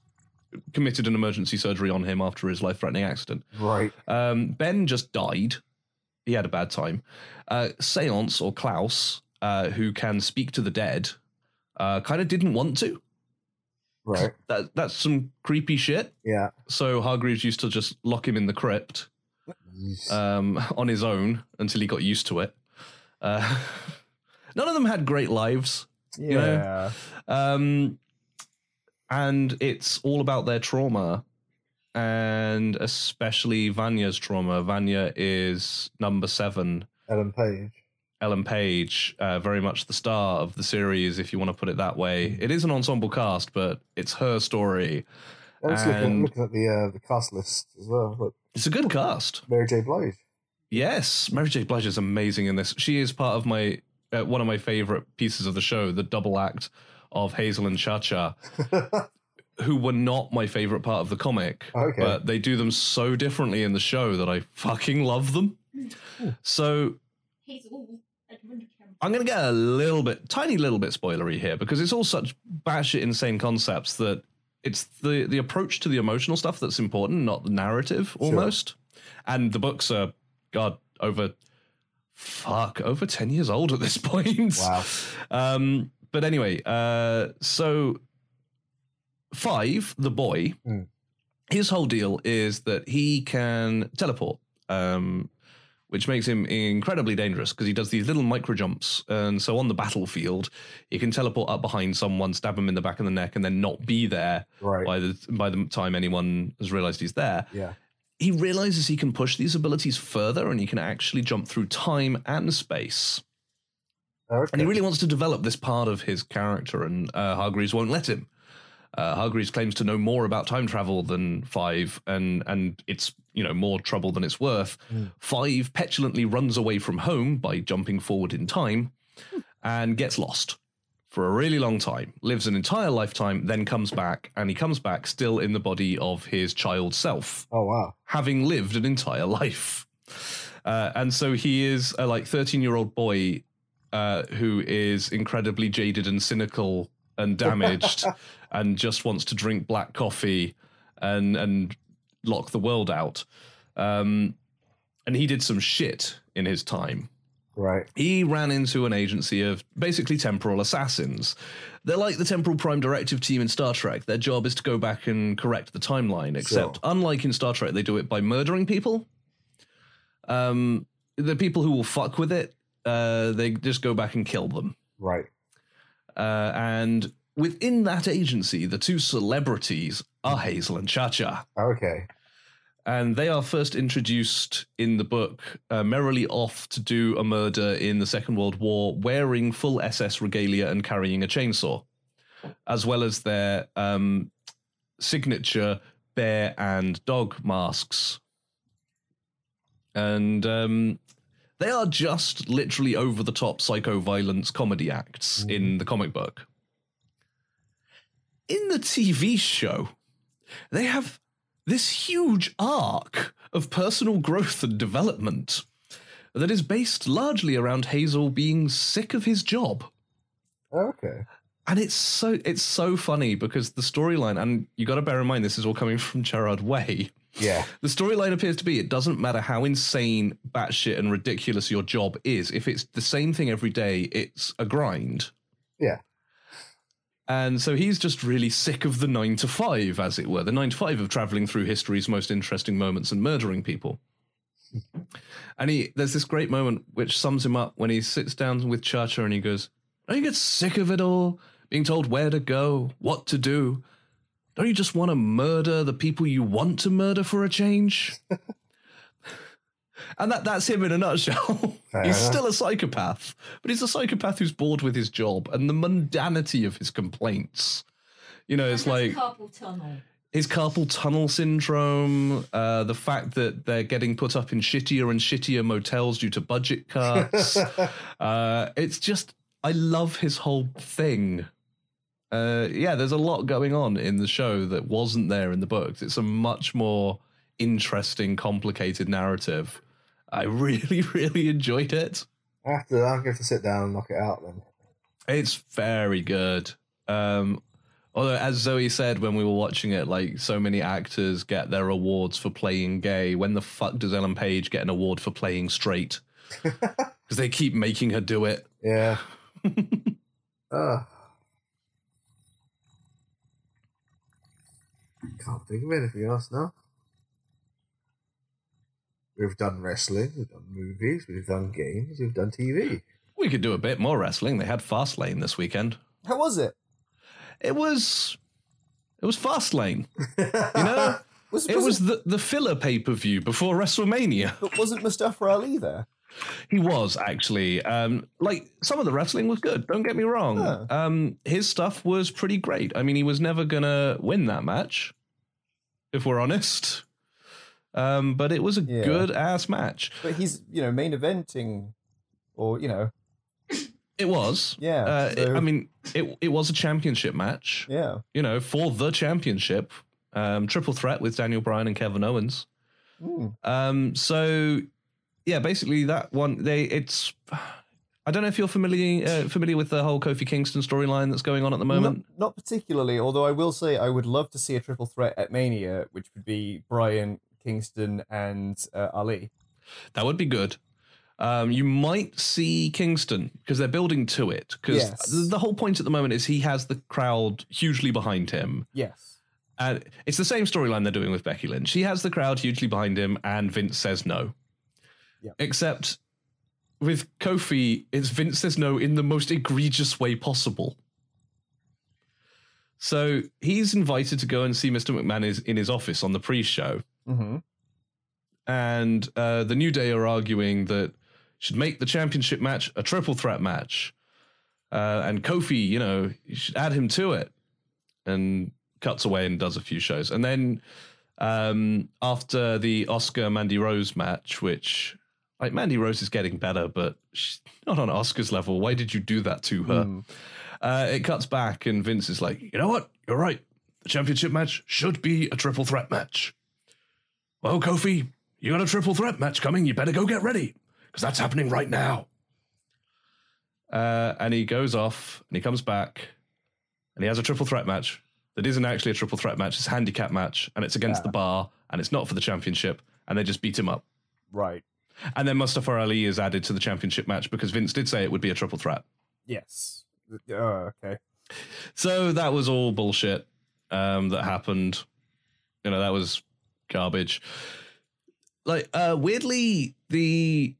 committed an emergency surgery on him after his life threatening accident. right. Um, ben just died. He had a bad time. Uh, Seance or Klaus, uh, who can speak to the dead, uh, kind of didn't want to. Right. That, that's some creepy shit. Yeah. So Hargreaves used to just lock him in the crypt Yes. um, on his own until he got used to it. Uh, none of them had great lives. Yeah. know? Um, and it's all about their trauma, and especially Vanya's trauma. Vanya is number seven, Ellen Page. Ellen Page, uh, very much the star of the series, if you want to put it that way. It is an ensemble cast, but it's her story. I was looking, And- looking at the uh, the cast list as well. Look, It's a good cast. Mary J. Blige. Yes, Mary J. Blige is amazing in this. She is part of my uh, one of my favorite pieces of the show, the double act of Hazel and Cha Cha, who were not my favorite part of the comic, Okay. but they do them so differently in the show that I fucking love them. So He's all Edmund Kemp. I'm going to get a little bit, tiny little bit spoilery here because it's all such batshit insane concepts that it's the the approach to the emotional stuff that's important, not the narrative almost. And the books are, God, over, fuck, over 10 years old at this point. Wow. Um, but anyway, uh, so Five, the boy, Hmm. his whole deal is that he can teleport. Um, which makes him incredibly dangerous because he does these little micro jumps. And so on the battlefield, he can teleport up behind someone, stab him in the back of the neck, and then not be there Right. by the by the time anyone has realized he's there. Yeah. He realizes he can push these abilities further and he can actually jump through time and space. Okay. And he really wants to develop this part of his character, and uh, Hargreaves won't let him. Uh, Hargreaves claims to know more about time travel than Five, and and it's you know more trouble than it's worth. Mm. Five petulantly runs away from home by jumping forward in time, and gets lost for a really long time. Lives an entire lifetime, then comes back, and he comes back still in the body of his child self oh wow. having lived an entire life. Uh, and so he is a like 13 year old boy uh, who is incredibly jaded and cynical and damaged and just wants to drink black coffee and and lock the world out. Um, and he did some shit in his time Right. he ran into an agency of basically temporal assassins. They're like the temporal prime directive team in Star Trek. Their job is to go back and correct the timeline, except Sure. unlike in Star Trek, they do it by murdering people. Um, the people who will fuck with it, uh, they just go back and kill them. Right. Uh, and within that agency, the two celebrities are Hazel and Cha Cha Okay. and they are first introduced in the book uh, merrily off to do a murder in the Second World War, wearing full SS regalia and carrying a chainsaw, as well as their um, signature bear and dog masks. And um, they are just literally over the top psycho violence comedy acts in the comic book. In the TV show, they have this huge arc of personal growth and development that is based largely around Hazel being sick of his job. Okay. And it's so it's so funny because the storyline, and you got to bear in mind this is all coming from Gerard Way. Yeah. The storyline appears to be it doesn't matter how insane, batshit, and ridiculous your job is. If it's the same thing every day, it's a grind. Yeah. And so he's just really sick of the nine to five, as it were, the nine to five of traveling through history's most interesting moments and murdering people. And he, there's this great moment which sums him up when he sits down with Chacha and he goes, Don't you get sick of it all? Being told where to go, what to do? Don't you just want to murder the people you want to murder for a change? and that, that's him in a nutshell. Fair he's enough. still a psychopath, but he's a psychopath who's bored with his job and the mundanity of his complaints. You know, it's And like, that's carpal tunnel. his carpal tunnel syndrome, uh, the fact that they're getting put up in shittier and shittier motels due to budget cuts. uh, it's just, I love his whole thing. Uh, yeah, there's a lot going on in the show that wasn't there in the books. It's a much more interesting, complicated narrative. I really, really enjoyed it. I have to. I'll have to sit down and knock it out then. It's very good. Um, although, as Zoe said when we were watching it, like so many actors get their awards for playing gay. When the fuck does Ellen Page get an award for playing straight? Because they keep making her do it. Yeah. Ugh. Can't think of anything else now. We've done wrestling, we've done movies, we've done games, we've done TV. We could do a bit more wrestling. They had Fastlane this weekend. How was it? It was, it was Fastlane. You know, Was, it was the the filler pay per view before WrestleMania. But wasn't Mustafa Ali there? He was actually um, like some of the wrestling was good. Don't get me wrong. Yeah. Um, his stuff was pretty great. I mean, he was never gonna win that match, if we're honest. Um, but it was a Yeah. good ass match. But he's you know main eventing, or you know It was. yeah. Uh, it- so- I mean, it it was a championship match. yeah. You know, for the championship, um, triple threat with Daniel Bryan and Kevin Owens. Mm. Um, so yeah, basically that one they it's I don't know if you're familiar uh, familiar with the whole Kofi Kingston storyline that's going on at the moment. Not, not particularly, although I will say I would love to see a triple threat at Mania, which would be Brian, Kingston, and uh, Ali. That would be good. Um, you might see Kingston because they're building to it because Yes. the whole point at the moment is he has the crowd hugely behind him. Yes. And it's the same storyline they're doing with Becky Lynch. He has the crowd hugely behind him, and Vince says no. Yeah. Except with Kofi, it's Vince says no in the most egregious way possible. So he's invited to go and see Mr. McMahon is in his office on the pre-show, Mm-hmm. and uh, the New Day are arguing that should make the championship match a triple threat match, uh, and Kofi, you know, you should add him to it, and cuts away and does a few shows, and then um, after the Oscar Mandy Rose match, which like Mandy Rose is getting better, but she's not on Oscar's level. Why did you do that to Hmm. her? Uh, it cuts back, and Vince is like, you know what? You're right. The championship match should be a triple threat match. Well, Kofi, you got a triple threat match coming. You better go get ready because that's happening right now. Uh, and he goes off and he comes back and he has a triple threat match that isn't actually a triple threat match. It's a handicap match and it's against the Yeah. bar and it's not for the championship. And they just beat him up. Right. And then Mustafa Ali is added to the championship match because Vince did say it would be a triple threat. Yes. Oh, okay. So that was all bullshit um, that happened. You know, that was garbage. Like uh, weirdly, the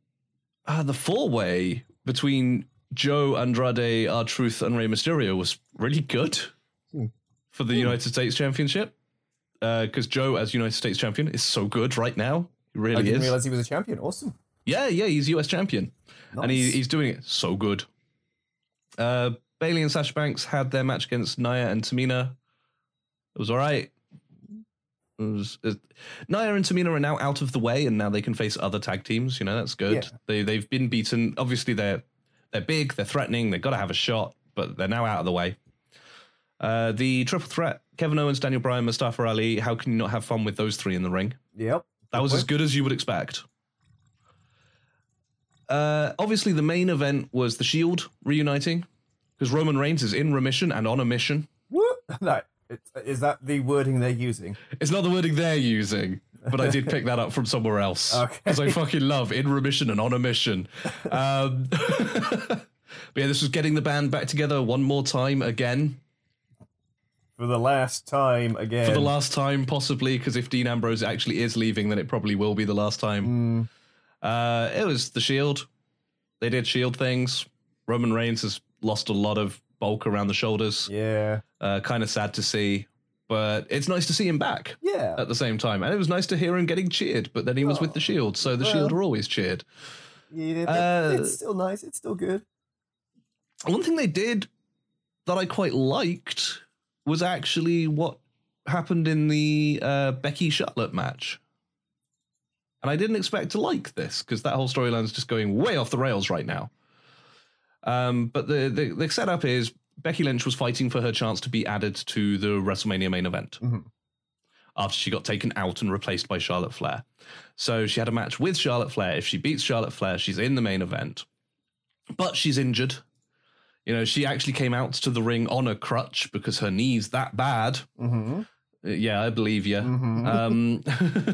uh, the four way between Joe Andrade, R Truth, and Rey Mysterio was really good Hmm. for the United States Championship because Joe, as United States champion, is so good right now. He I really didn't is. realize he was a champion. Awesome. Yeah, yeah, he's US champion Nice. and he, he's doing it so good. Uh, Bailey and Sasha Banks had their match against Naya and Tamina. It was all right. It was, it- Naya and Tamina are now out of the way, and now they can face other tag teams. You know that's good. Yeah. They they've been beaten. Obviously they're they're big. They're threatening. They've got to have a shot, but they're now out of the way. Uh, the triple threat: Kevin Owens, Daniel Bryan, Mustafa Ali. How can you not have fun with those three in the ring? Yep. That was as good as you would expect. Uh, obviously, the main event was the Shield reuniting because Roman Reigns is in remission and on a mission. Woo! That, it, is that the wording they're using? It's not the wording they're using, but I did pick that up from somewhere else Okay. because I fucking love in remission and on a mission. Um, but yeah, this was getting the band back together one more time again For the last time again. for the last time, possibly because if Dean Ambrose actually is leaving, then it probably will be the last time. Mm, Uh, it was the Shield. They did Shield things. Roman Reigns has lost a lot of bulk around the shoulders. yeah. Uh, kind of sad to see, but it's nice to see him back Yeah. at the same time. And it was nice to hear him getting cheered, but then he was with the Shield, so the Oh, well. Shield are always cheered. yeah but uh, it's still nice. It's still good. One thing they did that I quite liked was actually what happened in the uh, Becky Charlotte match. And I didn't expect to like this because that whole storyline's just going way off the rails right now. Um, but the, the the setup is Becky Lynch was fighting for her chance to be added to the WrestleMania main event Mhm. after she got taken out and replaced by Charlotte Flair. So she had a match with Charlotte Flair. If she beats Charlotte Flair, she's in the main event, but she's injured. You know, she actually came out to the ring on a crutch because her knee's that bad. Mm-hmm. Uh, Yeah, I believe you. Mm-hmm.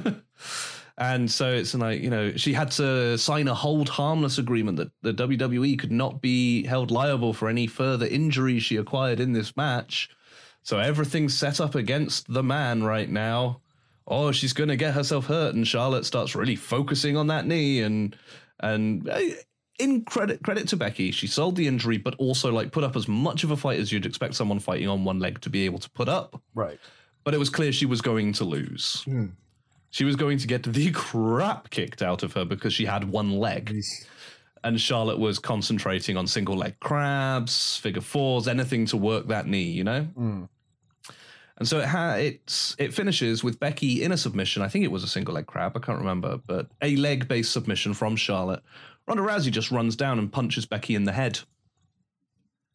Um, and so it's like, you know, she had to sign a hold harmless agreement that the WWE could not be held liable for any further injuries she acquired in this match. So everything's set up against the man right now. Oh, she's going to get herself hurt. And Charlotte starts really focusing on that knee. And, and eh, in credit, credit to Becky, she sold the injury, but also like put up as much of a fight as you'd expect someone fighting on one leg to be able to put up Right. but it was clear she was going to lose. Hmm. She was going to get the crap kicked out of her because she had one leg. He's- And Charlotte was concentrating on single leg crabs, figure fours, anything to work that knee, you know? Mm. And so it ha- it's it finishes with Becky in a submission. I think it was a single leg crab. I can't remember, but a leg based submission from Charlotte. Ronda Rousey just runs down and punches Becky in the head,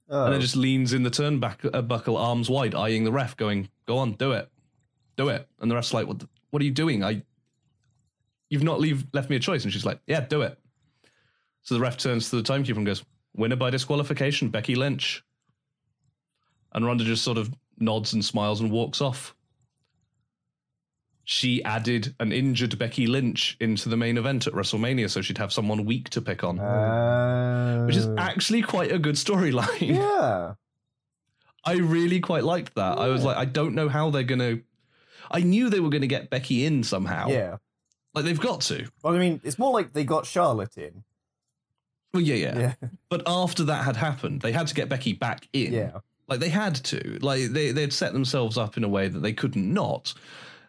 Oh. and then just leans in the turnbuckle, uh, buckle, arms wide, eyeing the ref, going, "Go on, do it, do it." And the ref's like, "What? The, what are you doing? I, you've not leave, left me a choice." And she's like, "Yeah, do it." So the ref turns to the timekeeper and goes, "Winner by disqualification, Becky Lynch." And Ronda just sort of nods and smiles and walks off. She added an injured Becky Lynch into the main event at WrestleMania, so she'd have someone weak to pick on, Oh, Uh, which is actually quite a good storyline. yeah. I really quite liked that. I was Yeah. like, I don't know how they're gonna. I knew they were gonna get Becky in somehow. Yeah. like they've got to. Well, I mean, it's more like they got Charlotte in. Well, yeah, yeah, Yeah. But after that had happened, they had to get Becky back in. Yeah. like they had to. Like they they'd set themselves up in a way that they couldn't not.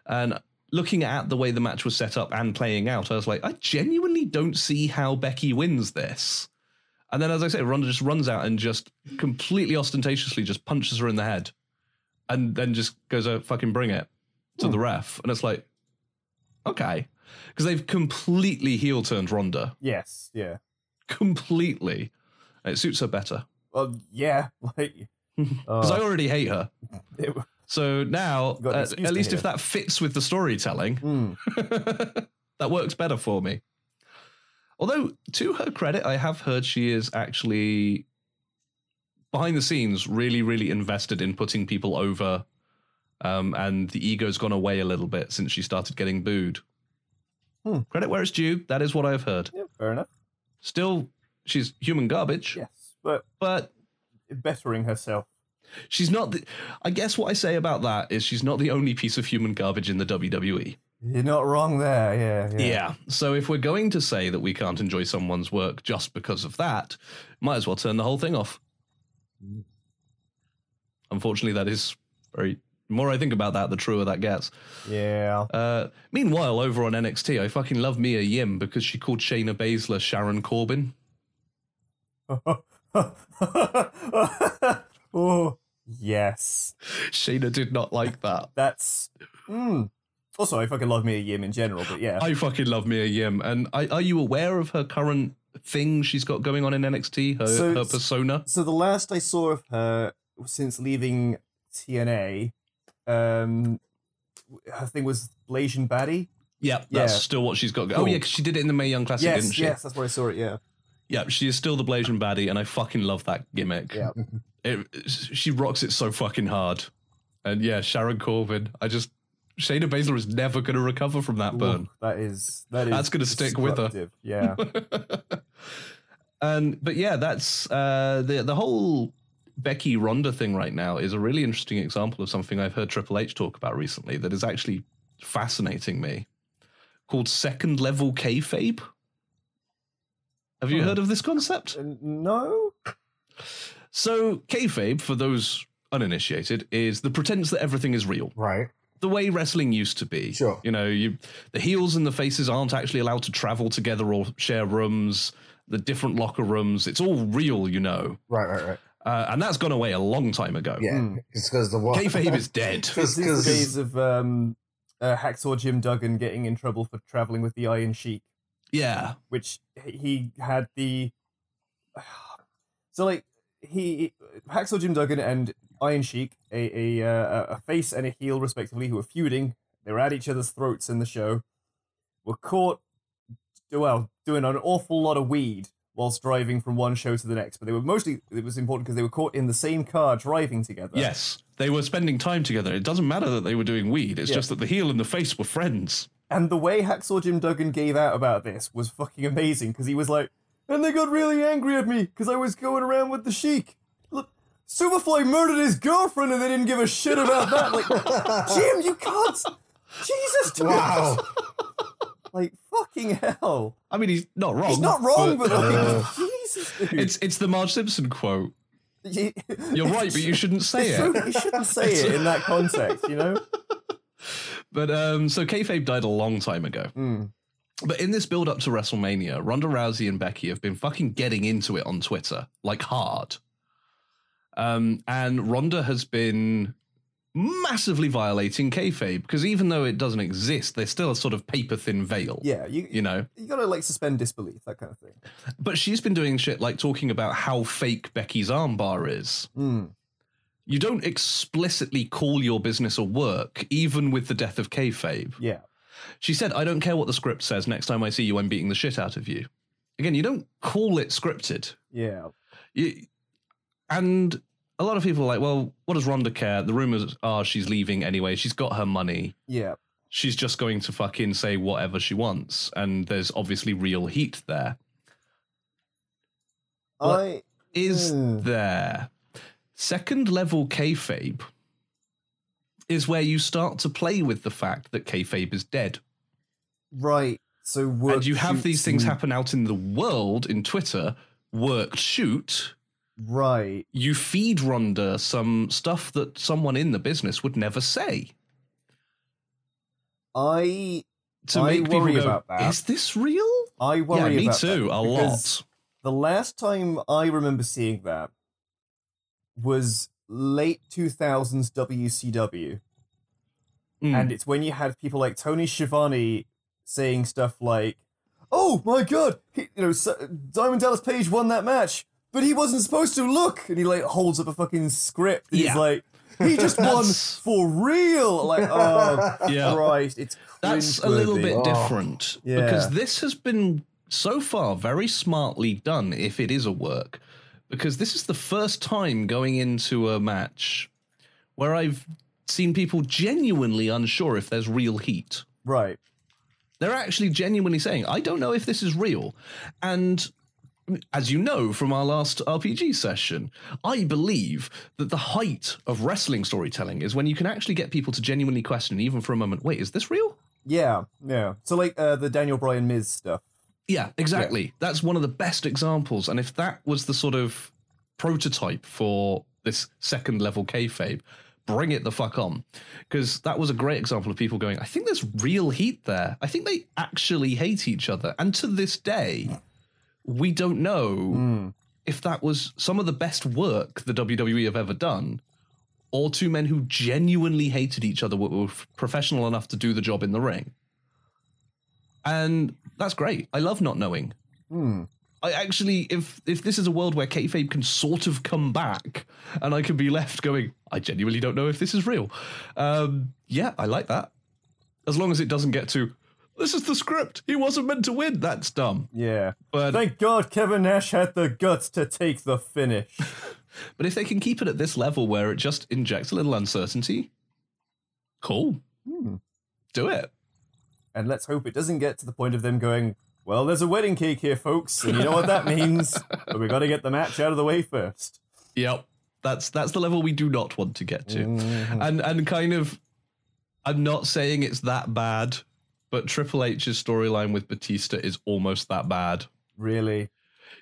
And looking at the way the match was set up and playing out, I was like, I genuinely don't see how Becky wins this. And then, as I say, Ronda just runs out and just completely ostentatiously just punches her in the head, and then just goes, "Oh, fucking bring it!" to the ref, and it's like, okay, because they've completely heel turned Ronda, Yes. Yeah. completely. And It suits her better Well, yeah. Like. because I Uh, already hate her. it, w- So now, uh, Got an at, excuse at to least hear. if that fits with the storytelling, mm. that works better for me. Although, to her credit, I have heard she is actually behind the scenes really, really invested in putting people over. Um, and the ego's gone away a little bit since she started getting booed. Hmm. Credit where it's due. That is what I've heard. yeah. Fair enough. Still, she's human garbage, Yes. But but bettering herself. she's not. The, I guess what I say about that is she's not the only piece of human garbage in the E. WWE. You're not wrong there. Yeah. Yeah. Yeah. So if we're going to say that we can't enjoy someone's work just because of that, might as well turn the whole thing off. Unfortunately, that is very. The more I think about that, the truer that gets. Yeah. Uh, meanwhile, over on NXT, I fucking love Mia Yim because she called Shayna Baszler Sharon Corbin. oh yes, Shayna did not like that. that's. Mm. Also, I fucking love Mia Yim in general, but yeah, I fucking love Mia Yim. And I, are you aware of her current thing she's got going on in NXT? Her, So- her persona? So the last I saw of her since leaving TNA, um, her thing was Blasian Batty. Yeah, that's Yeah. still what she's got. go- Oh, Cool. yeah, 'cause she did it in the Mae Young Classic, didn't Yes, she? yes, that's where I saw it. Yeah, Yeah, she is still the Blasian baddie, and I fucking love that gimmick. Yeah. It, she rocks it so fucking hard. And yeah, Sharon Corbin, I just. Shayna Baszler is never going to recover from that burn. Ooh, that is that is That's gonna stick with her. destructive, Yeah, and but yeah, that's uh, the the whole Becky Ronda thing right now is a really interesting example of something I've heard Triple H talk about recently that is actually fascinating me, called second level kayfabe. Have you Hmm. heard of this concept? And no, So, kayfabe, for those uninitiated, is the pretense that everything is real. right. The way wrestling used to be. Sure. You know, you, the heels and the faces aren't actually allowed to travel together or share rooms, the different locker rooms. It's all real, you know. Right. Right. Right. Uh, and that's gone away a long time ago. Yeah, Hmm. it's because the one. Kayfabe is dead. It's Because these days of um, uh, hacksaw Jim Duggan getting in trouble for traveling with the Iron Sheik, Yeah. which he had the. So like he hacksaw Jim Duggan and Iron Sheik, a a uh, a face and a heel respectively, who were feuding. They were at each other's throats in the show. Were caught, well, doing an awful lot of weed whilst driving from one show to the next. But they were mostly it was important because they were caught in the same car driving together. Yes. They were spending time together. It doesn't matter that they were doing weed. It's Yeah. just that the heel and the face were friends. And the way Hacksaw Jim Duggan gave out about this was fucking amazing because he was like, and they got really angry at me because I was going around with the Sheik. Look, Superfly murdered his girlfriend and they didn't give a shit about that. Like, Jim, you can't. Jesus, Jim. wow. Like, fucking hell. I mean, he's not wrong. He's not wrong, but, uh, like, Jesus, dude. Oh, It's it's the Marge Simpson quote. You- You're right, but you shouldn't say you it. shouldn't- you shouldn't say it in that context, you know? But um, so kayfabe died a long time ago. Mm. But in this build up to WrestleMania, Ronda Rousey and Becky have been fucking getting into it on Twitter, like hard. Um, and Ronda has been massively violating kayfabe because even though it doesn't exist, there's still a sort of paper thin veil. Yeah, you, You know, you gotta, like, suspend disbelief, that kind of thing. but she's been doing shit like talking about how fake Becky's armbar is. Mm. You don't explicitly call your business a work, even with the death of kayfabe. Yeah. She said, I don't care what the script says. Next time I see you, I'm beating the shit out of you. Again, you don't call it scripted. Yeah. You, and a lot of people are like, well, what does Rhonda care? The rumors are she's leaving anyway. She's got her money. Yeah. She's just going to fucking say whatever she wants. And there's obviously real heat there. Well, I. Is Hmm. there. Second level kayfabe is where you start to play with the fact that kayfabe is dead. Right. So work and you have these shoots things and- happen out in the world in Twitter, worked shoot, Right. you feed Ronda some stuff that someone in the business would never say I to I make people worry go, about that. "Is this real?" I worry yeah, me about that too. a because lot. The last time I remember seeing that was late 2000s WCW, Mm. and it's when you had people like Tony Schiavone saying stuff like, "Oh my God, he, you know, so- Diamond Dallas Page won that match." But he wasn't supposed to look, and he like holds up a fucking script. And He's Yeah. like, he just won That's- for real. Like, oh Yeah. Christ, it's That's a little cringeworthy. bit Oh. different Yeah. because this has been so far very smartly done if it is a work because this is the first time going into a match where I've seen people genuinely unsure if there's real heat. Right. They're actually genuinely saying, I don't know if this is real. And as you know from our last RPG session, I believe that the height of wrestling storytelling is when you can actually get people to genuinely question, even for a moment, wait, is this real? Yeah. Yeah. So like uh, the Daniel Bryan Miz stuff. Yeah, exactly. That's one of the best examples. And if that was the sort of prototype for this second level kayfabe, bring it the fuck on. Because that was a great example of people going, I think there's real heat there. I think they actually hate each other. And to this day, we don't know if that was some of the best work the WWE have ever done. Or two men who genuinely hated each other but were professional enough to do the job in the ring and that's great. I love not knowing. I actually, if if this is a world where kayfabe can sort of come back, and I can be left going, I genuinely don't know if this is real. Um, yeah, I like that. As long as it doesn't get to, this is the script. He wasn't meant to win. That's dumb. Yeah. But Thank God Kevin Nash had the guts to take the finish. but if they can keep it at this level where it just injects a little uncertainty, cool. Do it. and let's hope it doesn't get to the point of them going, well, there's a wedding cake here, folks, and you know what that means. but we got to get the match out of the way first. Yep. That's that's the level we do not want to get to. Mhm. And and kind of I'm not saying it's that bad, but Triple H's storyline with Batista is almost that bad. Really?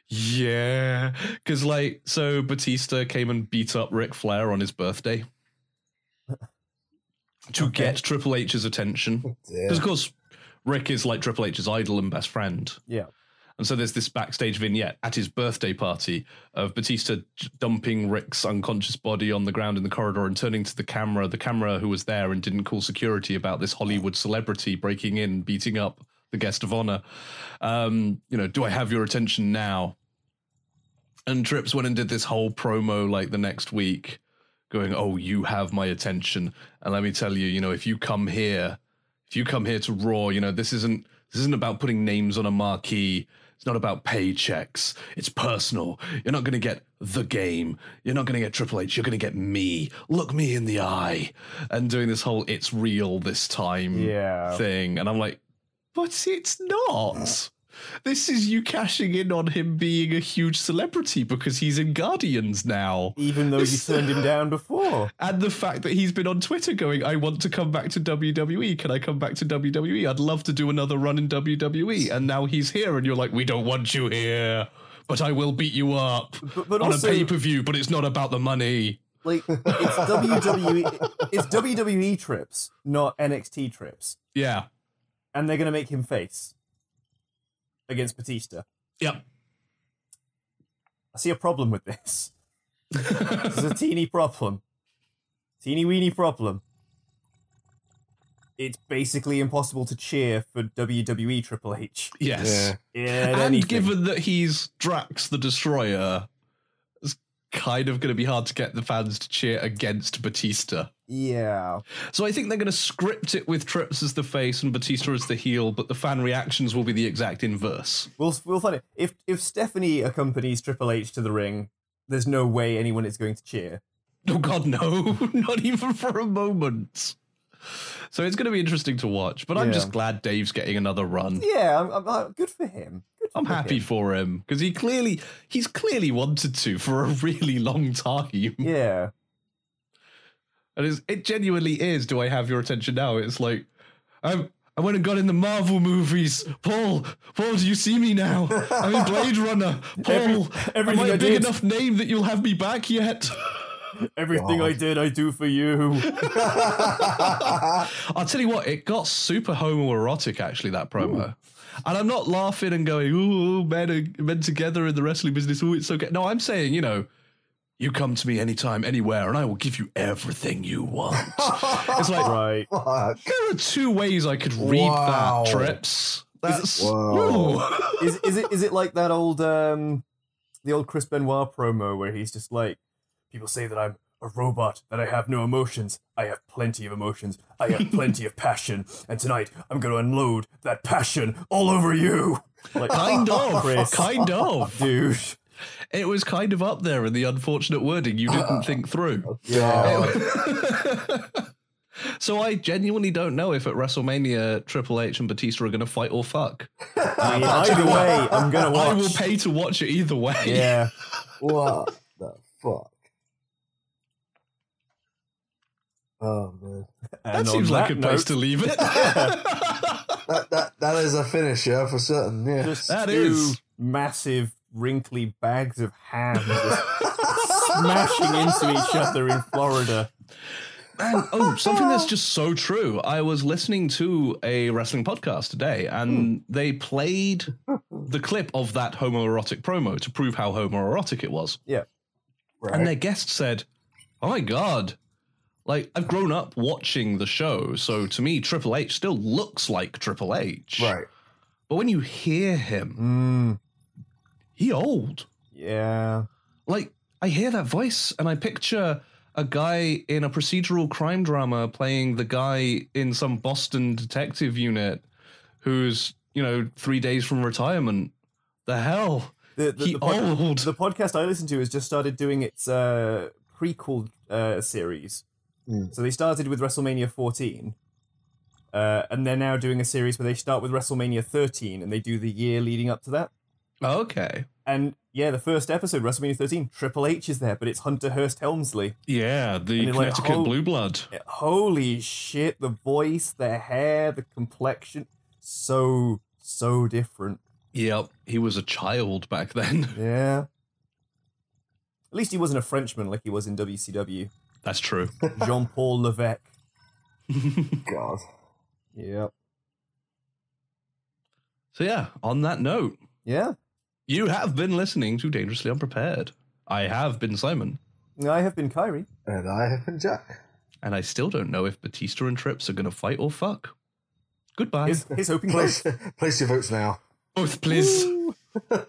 Yeah. Cause like so Batista came and beat up Ric Flair on his birthday. To get Triple H's attention. Dear. Because of course Rick is like Triple H's idol and best friend. Yeah. And so there's this backstage vignette at his birthday party of Batista j- dumping Rick's unconscious body on the ground in the corridor and turning to the camera, the camera who was there and didn't call security about this Hollywood celebrity breaking in, beating up the guest of honor. Um, you know, do I have your attention now? And Trips went and did this whole promo like the next week, going, Oh, you have my attention. And let me tell you, you know, if you come here, if you come here to Raw, you know, this isn't this isn't about putting names on a marquee. It's not about paychecks. It's personal. You're not going to get the game. You're not going to get Triple H. You're going to get me. Look me in the eye. And doing this whole it's real this time Yeah. thing. And I'm like, but it's not. This is you cashing in on him being a huge celebrity because he's in Guardians now. Even though you This- turned him down before. And the fact that he's been on Twitter going, I want to come back to WWE. Can I come back to WWE? I'd love to do another run in WWE. And now he's here, and you're like, we don't want you here, but I will beat you up But, but on also, a pay per view, but it's not about the money. like, it's WWE, it's WWE trips, not NXT trips. Yeah. And they're going to make him face against Batista. Yep. I see a problem with this. This is a teeny problem. Teeny weeny problem. It's basically impossible to cheer for WWE Triple H. yes. Yeah. Yeah, and given that he's Drax the Destroyer, it's kind of going to be hard to get the fans to cheer against Batista. yeah, So I think they're going to script it with Trips as the face and Batista as the heel, but the fan reactions will be the exact inverse. we'll we'll find it. If if Stephanie accompanies Triple H to the ring, there's no way anyone is going to cheer. Oh God, no! Not even for a moment. So it's going to be interesting to watch, but I'm Yeah. just glad Dave's getting another run. Yeah, I'm, I'm, I'm- good for him. Good I'm for happy him. for him because he clearly he's clearly wanted to for a really long time. Yeah, And it's, it genuinely is. Do I have your attention now? It's like I I went and got in the Marvel movies. Paul, Paul, do you see me now? I'm in Blade Runner. Paul, am everything I I a big did. enough name that you'll have me back yet? everything God. I did, I do for you. I'll tell you what, it got super homoerotic actually that promo. And I'm not laughing and going, "Ooh, men are men together in the wrestling business. Ooh, it's so good." No, I'm saying, you know, you come to me anytime, anywhere, and I will give you everything you want. Oh, it's like right. Fuck. There are two ways I could read Wow. that, Trips. That's Wow. Whoa. is is it is it like that old um the old Chris Benoit promo where he's just like people say that I'm a robot that I have no emotions. I have plenty of emotions. I have plenty of passion, and tonight I'm going to unload that passion all over you. Like, kind of, Chris. kind of. dude. It was kind of up there in the unfortunate wording you didn't think through. Yeah. so I genuinely don't know if at WrestleMania Triple H and Batista are going to fight or fuck. I mean, either way, I'm going to watch. I will pay to watch it either way. Yeah, What the fuck? Oh man, That and on seems like that a place to note, leave it. that that that is a finisher for certain. Yeah. Just That two is- massive wrinkly bags of ham just smashing into each other in Florida. And oh, something that's just so true. I was listening to a wrestling podcast today, and they played the clip of that homoerotic promo to prove how homoerotic it was. And their guest said, "Oh my god." Like I've grown up watching the show, so to me Triple H still looks like Triple H. Right. But when you hear him, Mm, he old. yeah. like I hear that voice and I picture a guy in a procedural crime drama playing the guy in some Boston detective unit who's, you know, three days from retirement. The hell? The, the, he the, pod- old. the podcast I listen to has just started doing its uh, prequel uh, series. Hmm. So they started with WrestleMania 14. Uh, and they're now doing a series where they start with WrestleMania 13 and they do the year leading up to that. okay. And yeah, the first episode, WrestleMania 13, Triple H is there, but it's Hunter Hearst Helmsley. Yeah, the And then, like, Connecticut whole- Blue Blood. Uh, Holy shit, the voice, the hair, the complexion. So, so different. Yep. He was a child back then. Yeah. At least he wasn't a Frenchman like he was in WCW. That's true. Jean Paul Levesque. God. Yep. So yeah, on that note, Yeah, You have been listening to Dangerously Unprepared. I have been Simon, I have been Kyrie. And I have been Jack. and I still don't know if Batista and Trips are going to fight or fuck. Goodbye. His, his open close. Place, place your votes now. Both, please. Woo. Uh,